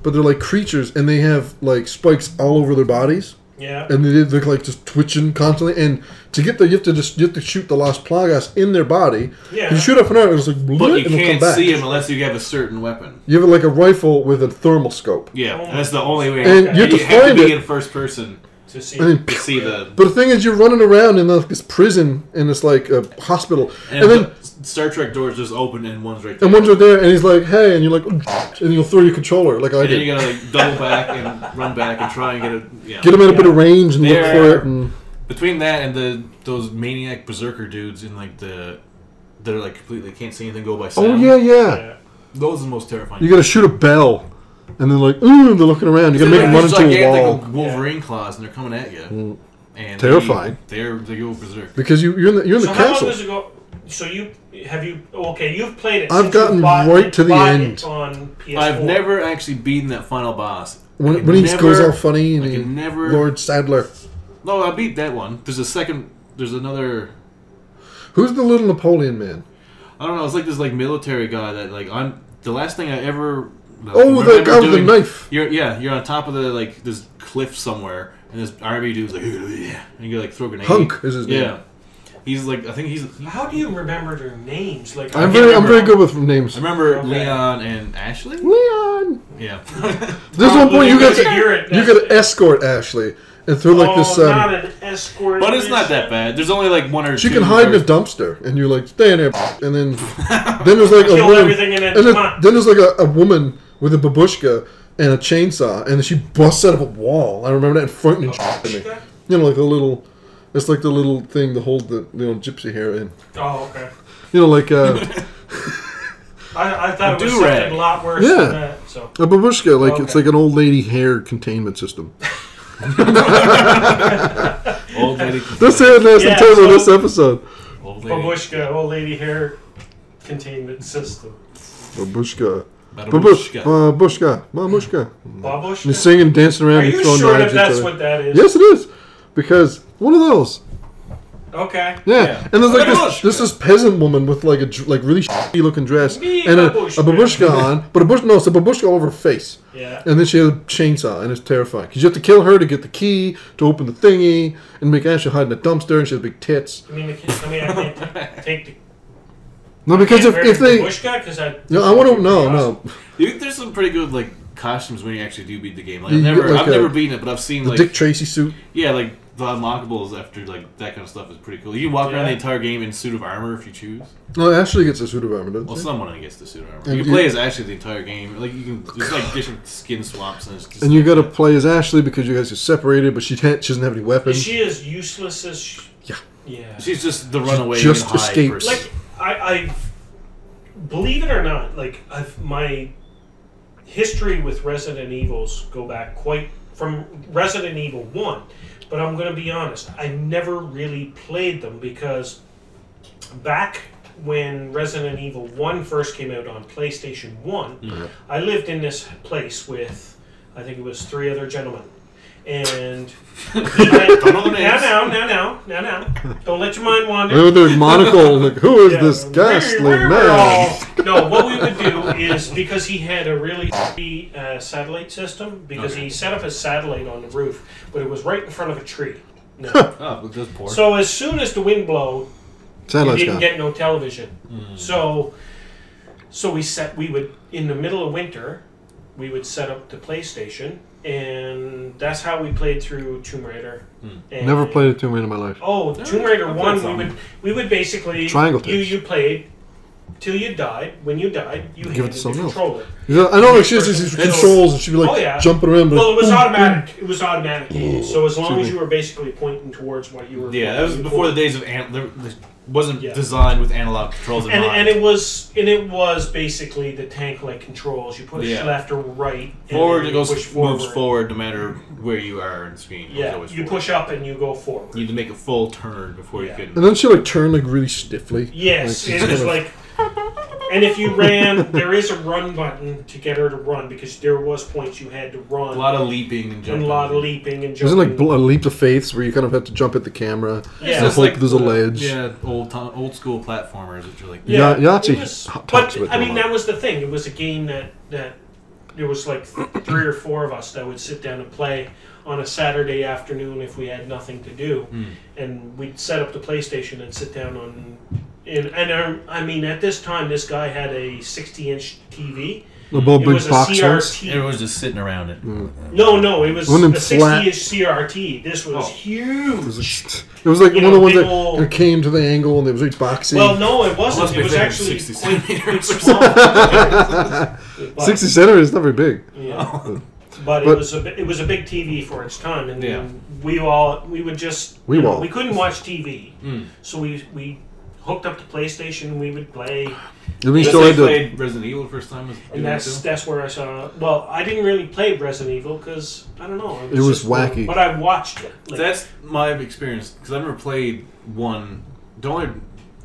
S1: but they're like creatures, and they have like spikes all over their bodies.
S5: Yeah.
S1: and they, they're like just twitching constantly. And to get there, you have to just you have to shoot the Las Plagas in their body.
S5: Yeah.
S1: You shoot up an arrow, and it's like blue,
S4: but you
S1: and it'll come
S4: can't
S1: back.
S4: see him unless you have a certain weapon.
S1: You have like a rifle with a thermal scope.
S4: Yeah,
S5: Oh my
S4: that's the only way.
S1: And
S5: you
S1: have to find
S4: be
S1: it.
S4: in first person
S5: To see.
S1: And then,
S4: to see the.
S1: but the thing is, you're running around in like, this prison and it's like a hospital, and,
S4: And,
S1: then
S4: the Star Trek doors just open and one's right there.
S1: and one's right there, and he's like, "Hey," and you're like, "Oh," and you'll throw your controller like I
S4: And then you
S1: did.
S4: gotta like double back and run back and try and get a yeah.
S1: Get him at a bit of range and look
S4: There.
S1: for it. And
S4: Between that and the those maniac berserker dudes in like the that are like completely can't see anything go by sound.
S1: oh yeah, yeah,
S5: yeah.
S4: those are the most terrifying.
S1: You gotta shoot a bell, and then like, ooh, they're looking around. You gotta make
S4: They're
S1: them run
S4: just
S1: into a
S4: gigantic
S1: wall.
S4: Wolverine claws and they're coming at you. And
S1: Mm. Terrifying.
S4: They, they're they go berserk.
S1: Because you, you're in the, you're in
S5: So
S1: the
S5: how long
S1: castle.
S5: does it go? So you have you okay? You've played it.
S1: I've
S5: since you
S1: gotten
S5: bought
S1: right
S5: it-
S1: to the
S5: bought
S1: end.
S5: it on PS4.
S4: I've never actually beaten that final boss. I
S1: When,
S4: can
S1: when he
S4: never-
S1: goes all funny and
S4: I
S1: he,
S4: can never-
S1: Lord Sadler.
S4: No, I beat that one. There's a second. There's another.
S1: Who's the little Napoleon man?
S4: I don't know. It's like this like military guy that like I'm. The last thing I ever.
S1: Oh, the
S4: remember
S1: guy with the
S4: doing-
S1: knife.
S4: You're yeah. You're on top of the like this cliff somewhere, and this army dude's like yeah, and you like throw a grenade.
S1: Hunk is his name.
S4: Yeah. He's like I think he's. he-
S5: How do you remember their names? Like
S1: I'm
S4: can't
S1: very, I'm
S4: remember.
S1: very good with names.
S4: I remember
S5: Okay.
S4: Leon and Ashley.
S1: Leon.
S4: Yeah.
S1: There's one point you got to
S5: Probably because you're at
S1: you got to escort Ashley and through like
S5: oh,
S1: this.
S5: not
S1: Um,
S5: an escort.
S4: but it's not that bad. There's only like one or
S1: she
S4: two.
S1: can hide in a
S4: where-
S1: dumpster, and you're like, stay in there, and then then there's like a
S5: Kill
S1: woman,
S5: everything in it.
S1: and then,
S5: Come on.
S1: then there's like a, a woman with a babushka and a chainsaw, and she busts out of a wall. I remember that in front and me.
S5: bitch.
S1: You know, like the little, it's like the little thing to hold the you know gypsy hair in.
S5: Oh, okay.
S1: You know, like uh,
S5: I, I thought it was
S4: Do-rag.
S5: something a lot worse
S1: Yeah.
S5: than that. So
S1: A babushka, like it's
S5: Okay.
S1: like an old lady hair containment system.
S4: Old lady.
S1: That's it, that's the
S5: Yeah,
S1: title of
S5: so-
S1: this episode.
S4: Old lady.
S5: babushka, old lady hair containment system.
S1: Babushka. Babushka.
S4: Babushka.
S1: Babushka. Mamushka.
S5: Babushka.
S1: And he's singing, dancing around,
S5: Are
S1: and
S5: you
S1: throwing
S5: sure
S1: knives
S5: that
S1: at each
S5: that's
S1: other.
S5: what that is?
S1: Yes, it is. Because one of those.
S5: Okay.
S1: Yeah.
S4: Yeah.
S1: and there's like this,
S4: Babushka.
S1: this this peasant woman with like a dr- like really shitty looking dress
S5: Me
S1: and a,
S5: babushka.
S1: a babushka on, but a bush no, it's a babushka all over her face,
S5: Yeah.
S1: and then she has a chainsaw, and it's terrifying because you have to kill her to get the key to open the thingy and make Ashley hide in a dumpster, and she has big tits.
S5: I mean, the kid, I mean, I can't t- take the
S1: No, because if,
S5: can't
S1: if
S5: marry
S1: they
S5: Babushka, 'cause I
S1: no, I want to no no
S4: You think there's some pretty good like costumes when you actually do beat the game. Like I've
S1: You get,
S4: never,
S1: like,
S4: I've
S1: a-
S4: never beaten it, but I've seen
S1: the
S4: like
S1: Dick Tracy suit.
S4: yeah, like the unlockables after like that kind of stuff is pretty cool. You can walk around the
S5: Yeah.
S4: entire game in suit of armor if you choose.
S1: No, Ashley gets a suit of armor. Doesn't
S4: Well,
S1: she?
S4: someone I guess the suit of armor.
S1: And
S4: you
S1: you-
S4: can play as actually the entire game. Like you can, there's like different skin swaps and it's just.
S1: And you got to play as Ashley because you guys are separated, but she can't. She doesn't have any weapons.
S5: she is useless as. She,
S1: Yeah.
S5: Yeah.
S4: She's just the runaway
S1: just
S4: and hide
S1: escapes.
S4: person.
S5: like I, I believe it or not, like I've my history with Resident Evils go back quite from Resident Evil One, but I'm gonna be honest, I never really played them because back when Resident Evil One first came out on PlayStation One,
S4: Mm-hmm.
S5: I lived in this place with I think it was three other gentlemen. And he had-
S4: Don't know their names.
S5: now, now, now, now, now, now. Don't let your mind wander.
S1: With their monocle, like who is
S5: Yeah.
S1: this ghastly
S5: We're- we're
S1: man?
S5: all- No, what we would do is because he had a really shitty, uh, satellite system, because
S4: Okay.
S5: he set up his satellite on the roof, but it was right in front of a tree. No.
S4: oh, but just poor.
S5: so as soon as the wind blow,
S1: Satellite's
S5: we didn't
S1: gone.
S5: get no television. So, so we set. We would in the middle of winter, we would set up the PlayStation, and that's how we played through Tomb Raider. And-
S1: Never played a Tomb Raider in my life.
S5: Oh, Tomb
S4: I
S5: Raider
S4: played
S5: One. We
S4: some.
S5: would we would basically
S1: Triangle
S5: You
S1: tapes.
S5: you played till you died. When you died, you
S1: it to
S5: handed the
S1: someone else.
S5: controller.
S1: You know, I know like she has these
S4: It's-
S1: controls, and she'd be like
S5: Oh, yeah.
S1: jumping around. but
S5: Well, it was
S1: boom,
S5: automatic. It was automatic. So as long
S1: Excuse
S5: as
S1: me.
S5: you were basically pointing towards what you were.
S4: yeah, that was before the days of an- there there wasn't
S5: Yeah.
S4: designed with analog controls in
S5: And,
S4: mind.
S5: and it was and it was basically the tank like controls. You push
S4: Yeah.
S5: left or right. and
S4: forward
S5: then
S4: it
S5: you
S4: goes
S5: push forward.
S4: moves forward no matter where you are in the screen. It was
S5: Yeah,
S4: always
S5: you
S4: forward.
S5: push up and you go forward.
S4: You need to make a full turn before
S5: Yeah.
S4: you
S1: And
S4: can.
S1: then she like turned like really stiffly.
S5: Yes,
S1: Like,
S5: it was
S1: kind
S5: like. And if you ran, there is a run button to get her to run because there was points you had to run.
S4: A lot of leaping and
S5: and
S4: jumping.
S5: a lot of leaping and
S1: Isn't
S5: jumping.
S1: like bl- a leap of faiths where you kind of have to jump at the camera.
S5: Yeah.
S1: and
S5: It's
S4: Just
S1: hope there's a
S4: uh,
S1: ledge.
S4: Yeah, old to- old school platformers, which are like
S1: Yeah, Yahtzee
S5: it was-
S1: talks
S5: But
S1: about
S5: I
S1: it a
S5: mean,
S1: lot.
S5: that was the thing. It was a game that that there was like three or four of us that would sit down and play on a Saturday afternoon if we had nothing to do, and we'd set up the PlayStation and sit down on. And, and um, I mean, at this time, this guy had a 60-inch TV.
S1: The little
S5: It was
S1: big
S5: a
S1: box ones.
S5: CRT.
S4: everyone's just sitting around it.
S1: Mm.
S5: No, no, it was a
S1: One of them
S5: 60-inch CRT. This was
S4: Oh.
S1: It was
S5: huge.
S1: like- it was like
S5: You
S1: one of the
S5: know,
S1: ones
S5: big
S1: that
S5: old-
S1: that came to the angle and it was like boxy.
S5: Well, no, it
S4: Must
S5: wasn't.
S4: be
S5: It was
S4: bigger than
S5: actually
S4: 60
S5: quite, quite
S4: centimeters or
S5: small. But-
S1: 60 centimeters is not very big.
S5: Yeah. But,
S1: But-
S5: it was a bi- it was a big TV for its time, and
S4: Yeah.
S5: we all we would just
S1: We
S5: you know,
S1: all.
S5: we couldn't watch TV,
S4: Mm.
S5: so we we hooked up the PlayStation. and We would play,
S1: At least
S4: Just
S1: still
S4: like
S1: had
S4: I
S1: to.
S4: played Resident Evil the first time. Was doing
S5: and
S4: it
S5: that's
S4: too.
S5: that's where I saw. Well, I didn't really play Resident Evil because I don't know.
S1: It was
S5: just one-
S1: wacky.
S5: but I watched it. Like,
S4: that's my experience because I've never played one. The only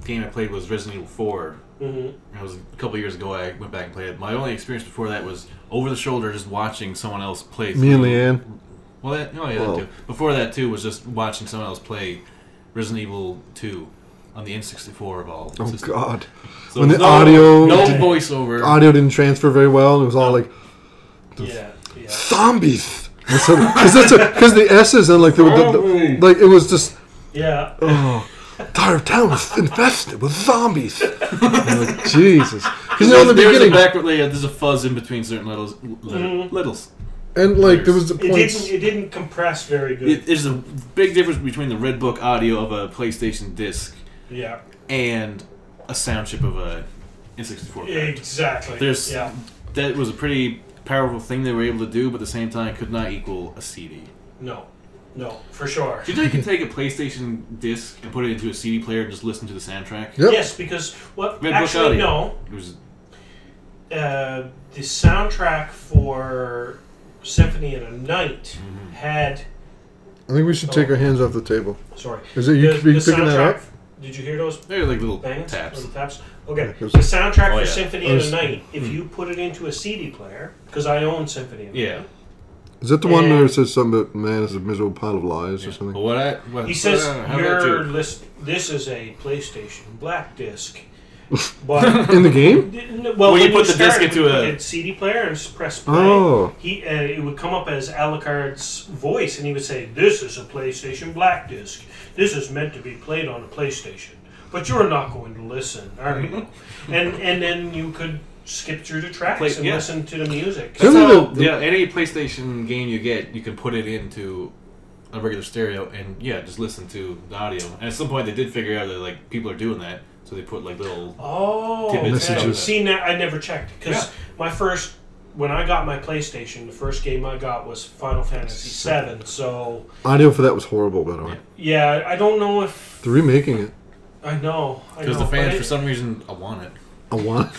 S4: game I played was Resident Evil Four.
S5: mhm.
S4: It was a couple years ago. I went back and played it. My only experience before that was over the shoulder, just watching someone else play.
S1: Me and
S4: through-
S1: Leanne.
S4: Well, that, oh yeah,
S1: Whoa.
S4: that too. Before that too was just watching someone else play Resident Evil Two on the N64 of all.
S1: Oh,
S4: systems.
S1: God.
S4: So
S1: When the
S4: there's no,
S1: audio-
S4: no
S1: Yeah.
S4: voiceover.
S1: Audio didn't transfer very well, and it was all like,
S5: yeah, yeah.
S1: zombies. Because the S's and like the, the, the like it was just
S5: yeah.
S1: oh, the entire town is infested with zombies. I'm like, Jesus, because you know in the
S4: there's
S1: beginning
S4: a backward, yeah, there's a fuzz in between certain littles, little,
S5: Mhm.
S4: littles.
S1: and like there was the
S5: It
S1: points.
S5: didn't it didn't compress very good.
S4: It, there's a big difference between the Red Book audio of a PlayStation disc
S5: yeah,
S4: and a sound chip of a N64. card.
S5: exactly.
S4: There's-
S5: yeah.
S4: That was a pretty powerful thing they were able to do, but at the same time, could not equal a CD.
S5: No, no, for sure.
S4: Do you think you could take a PlayStation disc and put it into a CD player and just listen to the soundtrack?
S1: Yep.
S5: Yes, because well,
S4: Red Book
S5: actually,
S4: audio.
S5: no.
S4: It was
S5: uh, the soundtrack for Symphony in a Night
S4: Mm-hmm.
S5: had.
S1: I think we should take our hands off the table.
S5: Sorry.
S1: Is it you? Be picking that up?
S5: Did you hear those
S4: they were like little
S5: bangs?
S4: taps.
S5: Little taps? Okay.
S1: Yeah, 'cause-
S5: the soundtrack
S4: Oh, yeah.
S5: for
S4: Hmm.
S5: Symphony
S1: Those-
S5: in a Night, if you put it into a CD player, because I own Symphony in a
S4: Yeah,
S5: Night,
S1: Is that the one
S5: And-
S1: where it says something about man is a miserable pile of lies or
S4: But
S1: something?
S4: what I what,
S5: He says
S4: uh, how about
S5: your
S4: you?
S5: list. This is a PlayStation black disc, but
S1: In the game?
S5: well,
S4: Well, you
S5: when
S4: put the disc
S5: started,
S4: into
S5: we
S4: a-
S5: put CD player and s- press play.
S1: Oh.
S5: He uh, it would come up as Alucard's voice, and he would say, "This is a PlayStation black disc. This is meant to be played on a PlayStation, but you're not going to listen, are you?" and and then you could skip through the tracks
S4: Play-
S5: and
S4: yeah.
S5: listen to the music.
S1: Sure.
S4: That's
S1: Remember
S4: how-
S1: the-
S4: yeah, any PlayStation game you get, you can put it into a regular stereo and yeah, just listen to the audio. And at some point, they did figure out that like people are doing that, so they put like little.
S5: Oh,
S4: Tidbits
S1: Messages.
S5: seen that? I never checked because
S4: Yeah.
S5: my first when I got my PlayStation, the first game I got was Final Fantasy VII. So
S1: Audio for that was horrible, by the way.
S5: yeah, I don't know if
S1: They're remaking it.
S5: I know I
S4: Because
S5: know,
S4: the fans,
S5: but
S4: for
S5: it-
S4: some reason, I want it.
S1: I want it.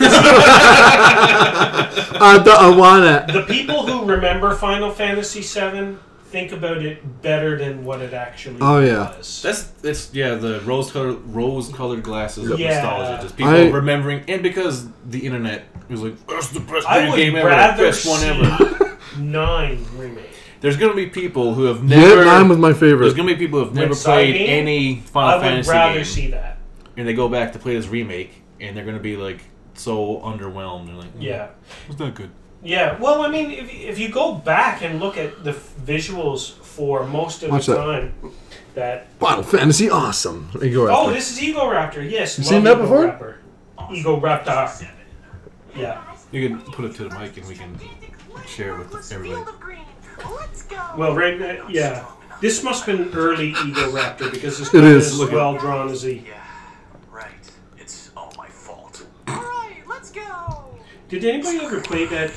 S1: I, th- I want it.
S5: the people who remember Final Fantasy VII think about it better than what it actually
S1: Oh, yeah.
S5: was.
S4: That's it's yeah the rose color rose colored glasses of
S5: Yeah.
S4: nostalgia just people
S1: I-
S4: remembering and because the internet was like that's the best
S5: I
S4: video
S5: would
S4: game ever
S5: rather
S4: best one
S5: see-
S4: ever
S5: Nine remake.
S4: there's gonna be people who have never
S1: Vietnam was my
S4: there's
S1: favorite.
S4: gonna be people who have never
S5: side
S4: played
S5: game?
S4: any
S5: I
S4: Final
S5: would
S4: Fantasy
S5: rather
S4: game
S5: see that.
S4: and they go back to play this remake and they're gonna be like so underwhelmed they're like "Mm,
S5: Yeah.
S4: it was not good
S5: Yeah, well, I mean, if, if you go back and look at the f- visuals for most of
S1: Watch
S5: the
S1: that.
S5: time, that
S1: Final Fantasy awesome. There you go
S5: oh,
S1: after.
S5: this is Ego Raptor. Yes,
S1: You
S5: love
S1: seen that
S5: Ego
S1: before?
S5: Raptor. Ego Raptor. Yeah.
S4: you can put it to the mic and we can share with everybody
S5: Well, right. now- Yeah. This must have been early Ego Raptor because it's
S1: It
S5: not
S1: is.
S5: as
S1: Look
S2: at-
S5: well drawn as the.
S2: Yeah, right. It's all my fault.
S3: Alright, let's go!
S5: Did anybody ever play that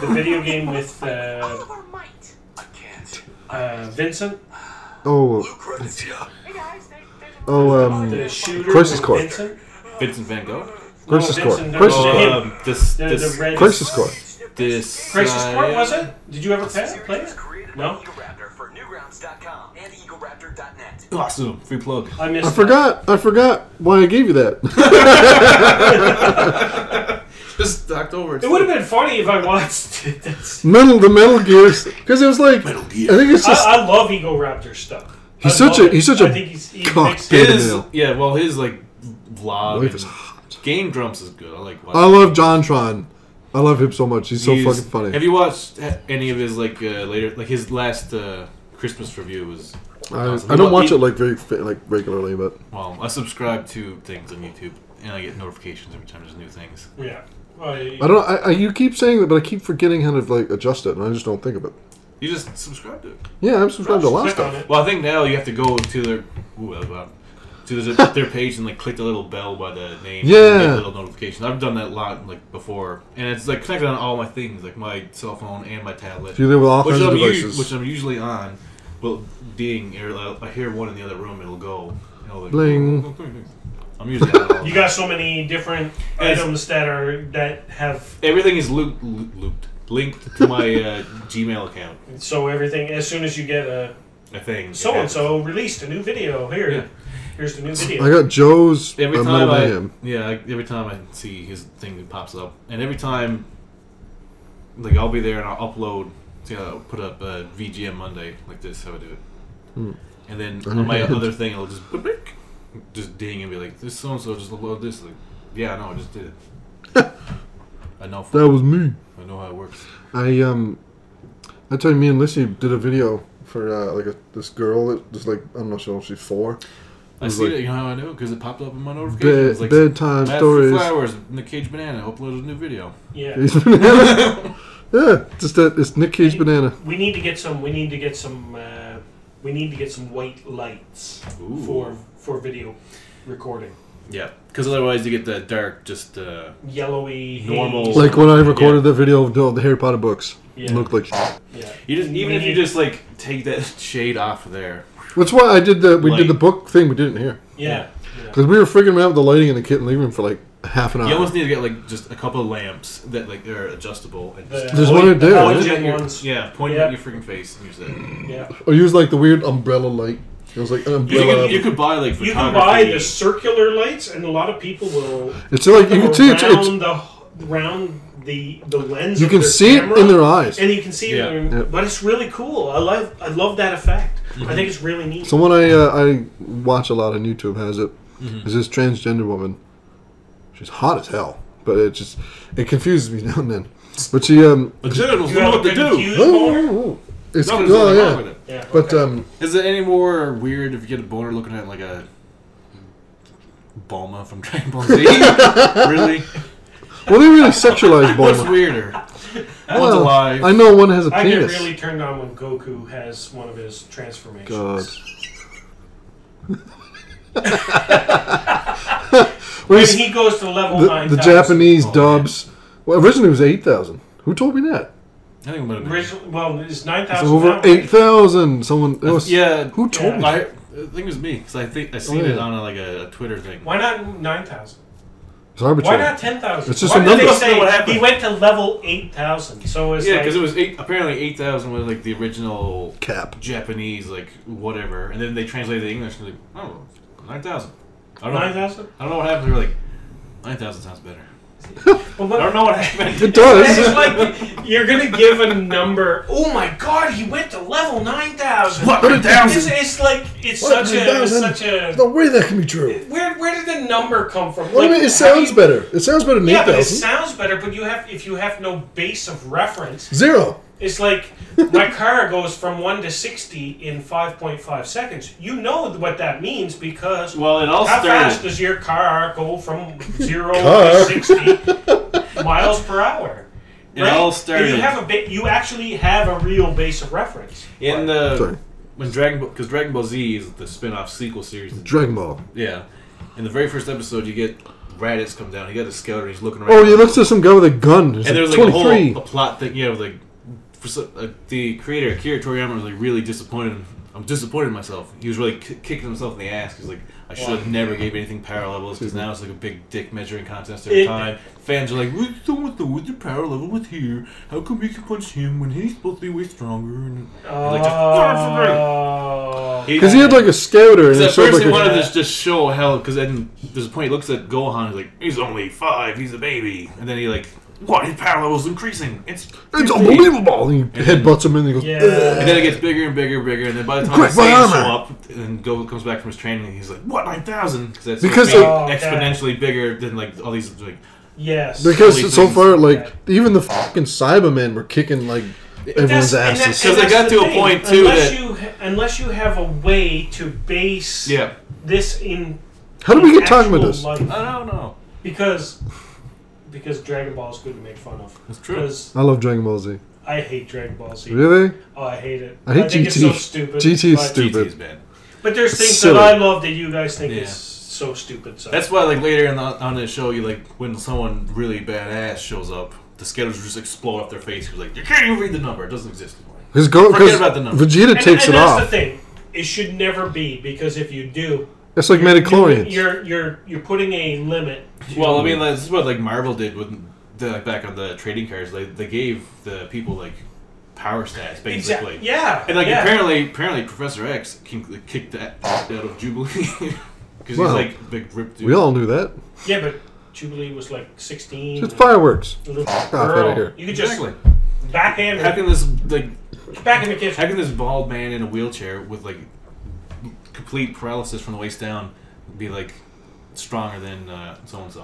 S5: the video game with
S3: All
S5: uh,
S3: of our might!
S2: I can't.
S5: uh, Vincent?
S1: oh,
S2: Lucrezia.
S3: Hey guys, there, there's a
S1: oh, um,
S5: The shooter.
S1: Crisis
S5: with
S1: Core.
S5: Vincent?
S4: Vincent Van Gogh
S1: Crisis
S5: no,
S1: Core.
S5: Vincent,
S1: Crisis
S5: no,
S1: Core.
S5: him.
S4: oh, um, this
S5: The, the
S4: this
S5: red.
S1: Crisis Core.
S4: this
S5: Crisis
S4: uh,
S5: Core
S4: yeah.
S5: was it? Did you ever play it?
S2: Series
S5: Play
S2: was
S5: it?
S2: created
S5: No?
S2: by EagleRaptor for newgrounds.com and eagleraptor.net.
S4: awesome free plug
S5: I missed.
S1: I
S5: that.
S1: forgot. I forgot why I gave you that.
S4: just knocked over
S5: It would have been funny if I watched it. That's,
S1: Metal, the Metal Gears, because it was like I think it's just
S5: I, I love Ego Raptor stuff.
S1: He's
S5: I
S1: such
S5: love
S1: a- he's
S5: it.
S1: such a
S5: I think he's, he
S1: cock
S5: makes-
S1: bit.
S4: his
S1: Middle.
S4: yeah well his like vlog
S1: Life
S4: and
S1: is hot.
S4: game drums is good i like watching
S1: I love JonTron. I love him so much. He's so
S4: He's-
S1: fucking funny.
S4: have you watched ha- any of his like uh, later like his last uh, christmas review was
S1: I,
S4: awesome.
S1: I don't
S4: He-
S1: watch
S4: he-
S1: it like very fa- like regularly, but
S4: well i subscribe to things on youtube and i get notifications every time there's new things
S5: Yeah. Well,
S1: I don't. I, I you keep saying that, but I keep forgetting how to like adjust it, and I just don't think of it. you
S4: you just subscribe to it
S1: Yeah, I'm subscribed to a lot of stuff.
S5: it.
S4: well i think now you have to go to their ooh, that was loud. to their, their page and like click the little bell by the name and get
S1: Yeah.
S4: little notifications i've done that a lot like before and it's like connected on all my things like my cell phone and my tablet
S1: You live with all
S4: which
S1: kinds
S4: I'm,
S1: of
S4: u-
S1: devices.
S4: which I'm usually on, will ding. Or I'll- uh, I hear one in the other room, it'll go. and I'll like,
S1: Bling.
S4: I'm usually on. all
S5: You
S4: of
S5: got so many different
S4: Yes.
S5: items that are that have
S4: it. Everything is looped, looped, linked to my uh, Gmail account.
S5: so everything. As soon as you get a
S4: I think
S5: so and so released a new video here,
S4: Yeah.
S5: here's the new
S1: I
S5: video.
S1: got Joe's
S4: Every
S1: uh,
S4: time
S1: Metal
S4: I
S1: Mayhem.
S4: yeah, like, every time I see his thing that pops up, and every time, like I'll be there and I'll upload. So, yeah, I'll put up uh, VGM Monday like this. How I do it.
S1: Hmm.
S4: And then on my
S1: Alright.
S4: other thing, it'll just boop, boop, just ding and be like, "This so and so just upload this." Like, yeah, I know, I just did it. I know.
S1: That was me.
S4: I know how it works.
S1: I um, I tell you, me and Lissy did a video for uh, like a, this girl that was like I'm not sure if she's four.
S4: I
S1: was
S4: see
S1: like-
S4: that. You know how I knew? Because it popped up in my notifications.
S1: Bed,
S4: It's like,
S1: bedtime
S4: Matt
S1: stories.
S4: Flowers, Nick Cage Banana uploaded a new video.
S5: Yeah.
S1: yeah, just that. It's Nick Cage banana.
S5: We need to get some. We need to get some. Uh, we need to get some white lights
S4: Ooh.
S5: for for video recording.
S4: Yeah, because otherwise you get the dark, just uh,
S5: Yellowy, haze.
S4: Normal.
S1: Like when I recorded the video of the, the Harry Potter books, it
S5: Yeah.
S1: looked like. Shit.
S5: Yeah.
S4: You just even
S5: We
S4: if you
S5: need-
S4: just like take that shade off there.
S1: That's why I did the we did
S4: Light.
S1: the book thing we didn't hear
S5: Yeah. yeah.
S1: because we were freaking out with the lighting in the kitten living room for like half an hour.
S4: You almost need to get like just a couple of lamps that like are adjustable and just
S1: There's
S5: The
S1: one
S5: halogen-
S1: in there,
S5: the
S1: isn't
S5: halogen
S4: Point at your-
S5: ones.
S4: yeah, point
S5: Yeah.
S4: at your freaking face and use that. You
S5: yeah.
S1: or use like the weird umbrella light. It was like an umbrella.
S4: could, you could buy like
S5: You can buy
S4: photography-
S5: the circular lights, and a lot of people will
S1: it's like you
S5: around
S1: can see it's, it's
S5: the round the the lens.
S1: You
S5: of
S1: can
S5: their
S1: see it
S5: camera,
S1: in their eyes.
S5: and you can see
S4: Yeah.
S5: it. in their-
S1: Yep.
S5: But it's really cool. I love I love that effect.
S4: Mm-hmm.
S5: I think it's really neat.
S1: Someone I uh, I watch a lot on YouTube has it. Is
S5: Mm-hmm.
S1: this transgender woman? She's hot as hell, but it just it confuses me now and then. But she um.
S4: The genitals
S5: You
S4: know
S5: have
S4: what
S5: a
S4: to do.
S5: confused boner?
S1: It's,
S4: Nothing's
S1: oh
S4: really wrong with
S1: yeah,
S4: it.
S5: Yeah,
S1: but
S5: okay.
S1: um,
S4: Is it any more weird if you get a boner looking at like a Bulma from Dragon Ball Z? really?
S1: well, they really sexualize
S4: What's
S1: Bulma.
S4: weirder? One's
S1: Well,
S4: alive.
S1: I know one has a
S5: I get
S1: penis.
S5: really turned on when Goku has one of his transformations.
S1: God. Well,
S5: When
S1: it's-
S5: he goes to level
S1: the,
S5: nine,
S1: the Japanese dubs. Well, originally it was eight thousand. Who told me that?
S4: I think it might have been.
S5: Originally, well, it's nine
S1: It's
S5: thousand.
S1: over eight thousand. Someone. It was,
S4: Yeah.
S1: Who told
S5: Yeah.
S1: me?
S4: I, I think it was me because I think I seen
S1: Oh, yeah.
S4: it on a, like a, a Twitter thing.
S5: Why not nine thousand?
S1: It's arbitrary.
S5: Why not ten thousand?
S1: It's just
S5: Why
S1: a
S5: did they
S1: number.
S5: say
S4: What happened?
S5: He went to level eight thousand. So it's
S4: Yeah,
S5: like,
S4: because it was eight, apparently eight thousand was like the original
S1: Cap.
S4: Japanese like whatever, and then they translated the English and like oh, 9,000. I don't know.
S5: 9,000?
S4: I don't know what happened. They were like nine thousand sounds better.
S5: Well,
S4: I
S5: but-
S4: don't know what happened.
S1: It does.
S5: It's like you're gonna give a number. Oh my god, he went to level nine thousand.
S4: What, 9,000?
S5: It's, it's like it's
S1: What,
S5: such a it's
S1: 9,000?
S5: such a.
S1: No way that can be true.
S5: Where where did the number come from?
S1: Well, I
S5: Like,
S1: mean,
S5: how
S1: it sounds
S5: do you-
S1: better. It sounds better than
S5: Yeah,
S1: eight
S5: but it
S1: thousand.
S5: sounds better. But you have if you have no base of reference,
S1: Zero.
S5: it's like my car goes from one to sixty in five point five seconds. You know what that means because
S4: Well, it all
S5: How fast
S4: started.
S5: does your car go from zero
S1: Car.
S5: to sixty miles per hour?
S4: It all started
S5: And you have a bit. You actually have a real base of reference.
S4: in the
S1: Sorry.
S4: when Dragon Ball because Dragon Ball Z is the spin-off sequel series.
S1: Dragon Ball.
S4: Yeah, in the very first episode, you get Raditz come down. He got a skeleton. He's looking around.
S1: Oh, you looked at some guy with a gun. It's
S4: and there's
S1: like
S4: like a whole
S1: Twenty-three.
S4: a plot thing. Yeah, with like for so, uh, the creator Akira Toriyama was like really disappointed. I'm disappointed in myself. He was really k- kicking himself in the ass. He's like, I should have never gave anything power levels because now it's like a big dick measuring contest every
S5: It-
S4: time. Fans are like, what's the, what the, what the power level with here? How come you can punch him when he's supposed to be way stronger? And, and, like, just,
S5: Oh.
S4: He-
S1: Because he had like a scouter and it
S4: at
S1: showed
S4: first
S1: like
S4: they
S1: a,
S4: wanted to just show how, because then there's a point he looks at Gohan, he's like, he's only five, he's a baby, and then he like, what? His power level's increasing. It's
S1: it's
S4: 50."
S1: unbelievable. And he headbutts him and he goes.
S5: Yeah.
S1: "Ugh."
S4: And then it gets bigger and bigger and bigger, and then by the time
S1: Quick,
S4: the
S1: my
S4: Saiyans show
S1: armor!
S4: up, and then Goku comes back from his training, and he's like, "What, nine thousand? Because that's
S1: Because
S4: supposed to
S5: Oh,
S4: be
S5: okay.
S4: exponentially bigger than like all these like
S5: Yes.
S1: Because
S4: Silly
S1: so
S4: things.
S1: far, like even the fucking Cybermen were kicking like everyone's
S5: That's- and that-
S1: asses.
S5: and
S4: Because I
S5: that's
S4: got
S5: the
S4: to a
S5: thing.
S4: point, too,
S5: Unless
S4: that-
S5: you ha- unless you have a way to base
S4: yeah.
S5: this in.
S1: How did we
S5: in
S1: get talking about
S5: actual
S1: this?
S5: life.
S4: I don't know.
S5: Because because Dragon Ball is good to make fun of.
S4: That's true.
S5: Because
S1: I love Dragon Ball Z.
S5: I hate Dragon Ball Z.
S1: Really?
S5: Oh, I hate it.
S1: I hate
S5: think It's
S1: GT.
S5: so stupid.
S1: GT is
S5: but-
S1: stupid.
S4: GT is bad.
S5: But there's things
S1: Silly.
S5: that I love that you guys think
S4: Yeah.
S5: is so stupid. So
S4: That's why like later in the, on the show, you like when someone really badass shows up, the skeletons just explode off their face. He's like, "You can't even read the number. It doesn't exist anymore."
S1: Because go
S4: Forget
S1: because
S4: about the number.
S1: Vegeta
S5: and,
S1: takes
S5: and
S1: it
S5: that's the
S1: off.
S5: thing. It should never be because if you do,
S1: It's like
S5: you're,
S1: Metachlorians.
S5: you're you're you're putting a limit. To,
S4: Well, I mean, like, this is what like Marvel did with the, like back on the trading cards. They they gave the people like power stats basically.
S5: exactly. Yeah.
S4: And like
S5: yeah.
S4: apparently, apparently Professor X can like, kick that out of Jubilee because
S1: Well,
S4: he's like big ripped dude.
S1: We all knew that.
S5: Yeah, but Jubilee was like 16.
S1: It's fireworks.
S5: a little
S1: outta
S5: girl.
S1: here.
S5: You could just
S4: exactly.
S5: backhand
S4: How
S5: her
S4: can this like
S5: back in the kitchen.
S4: how can this bald man in a wheelchair with like complete paralysis from the waist down be like stronger than uh, so and so?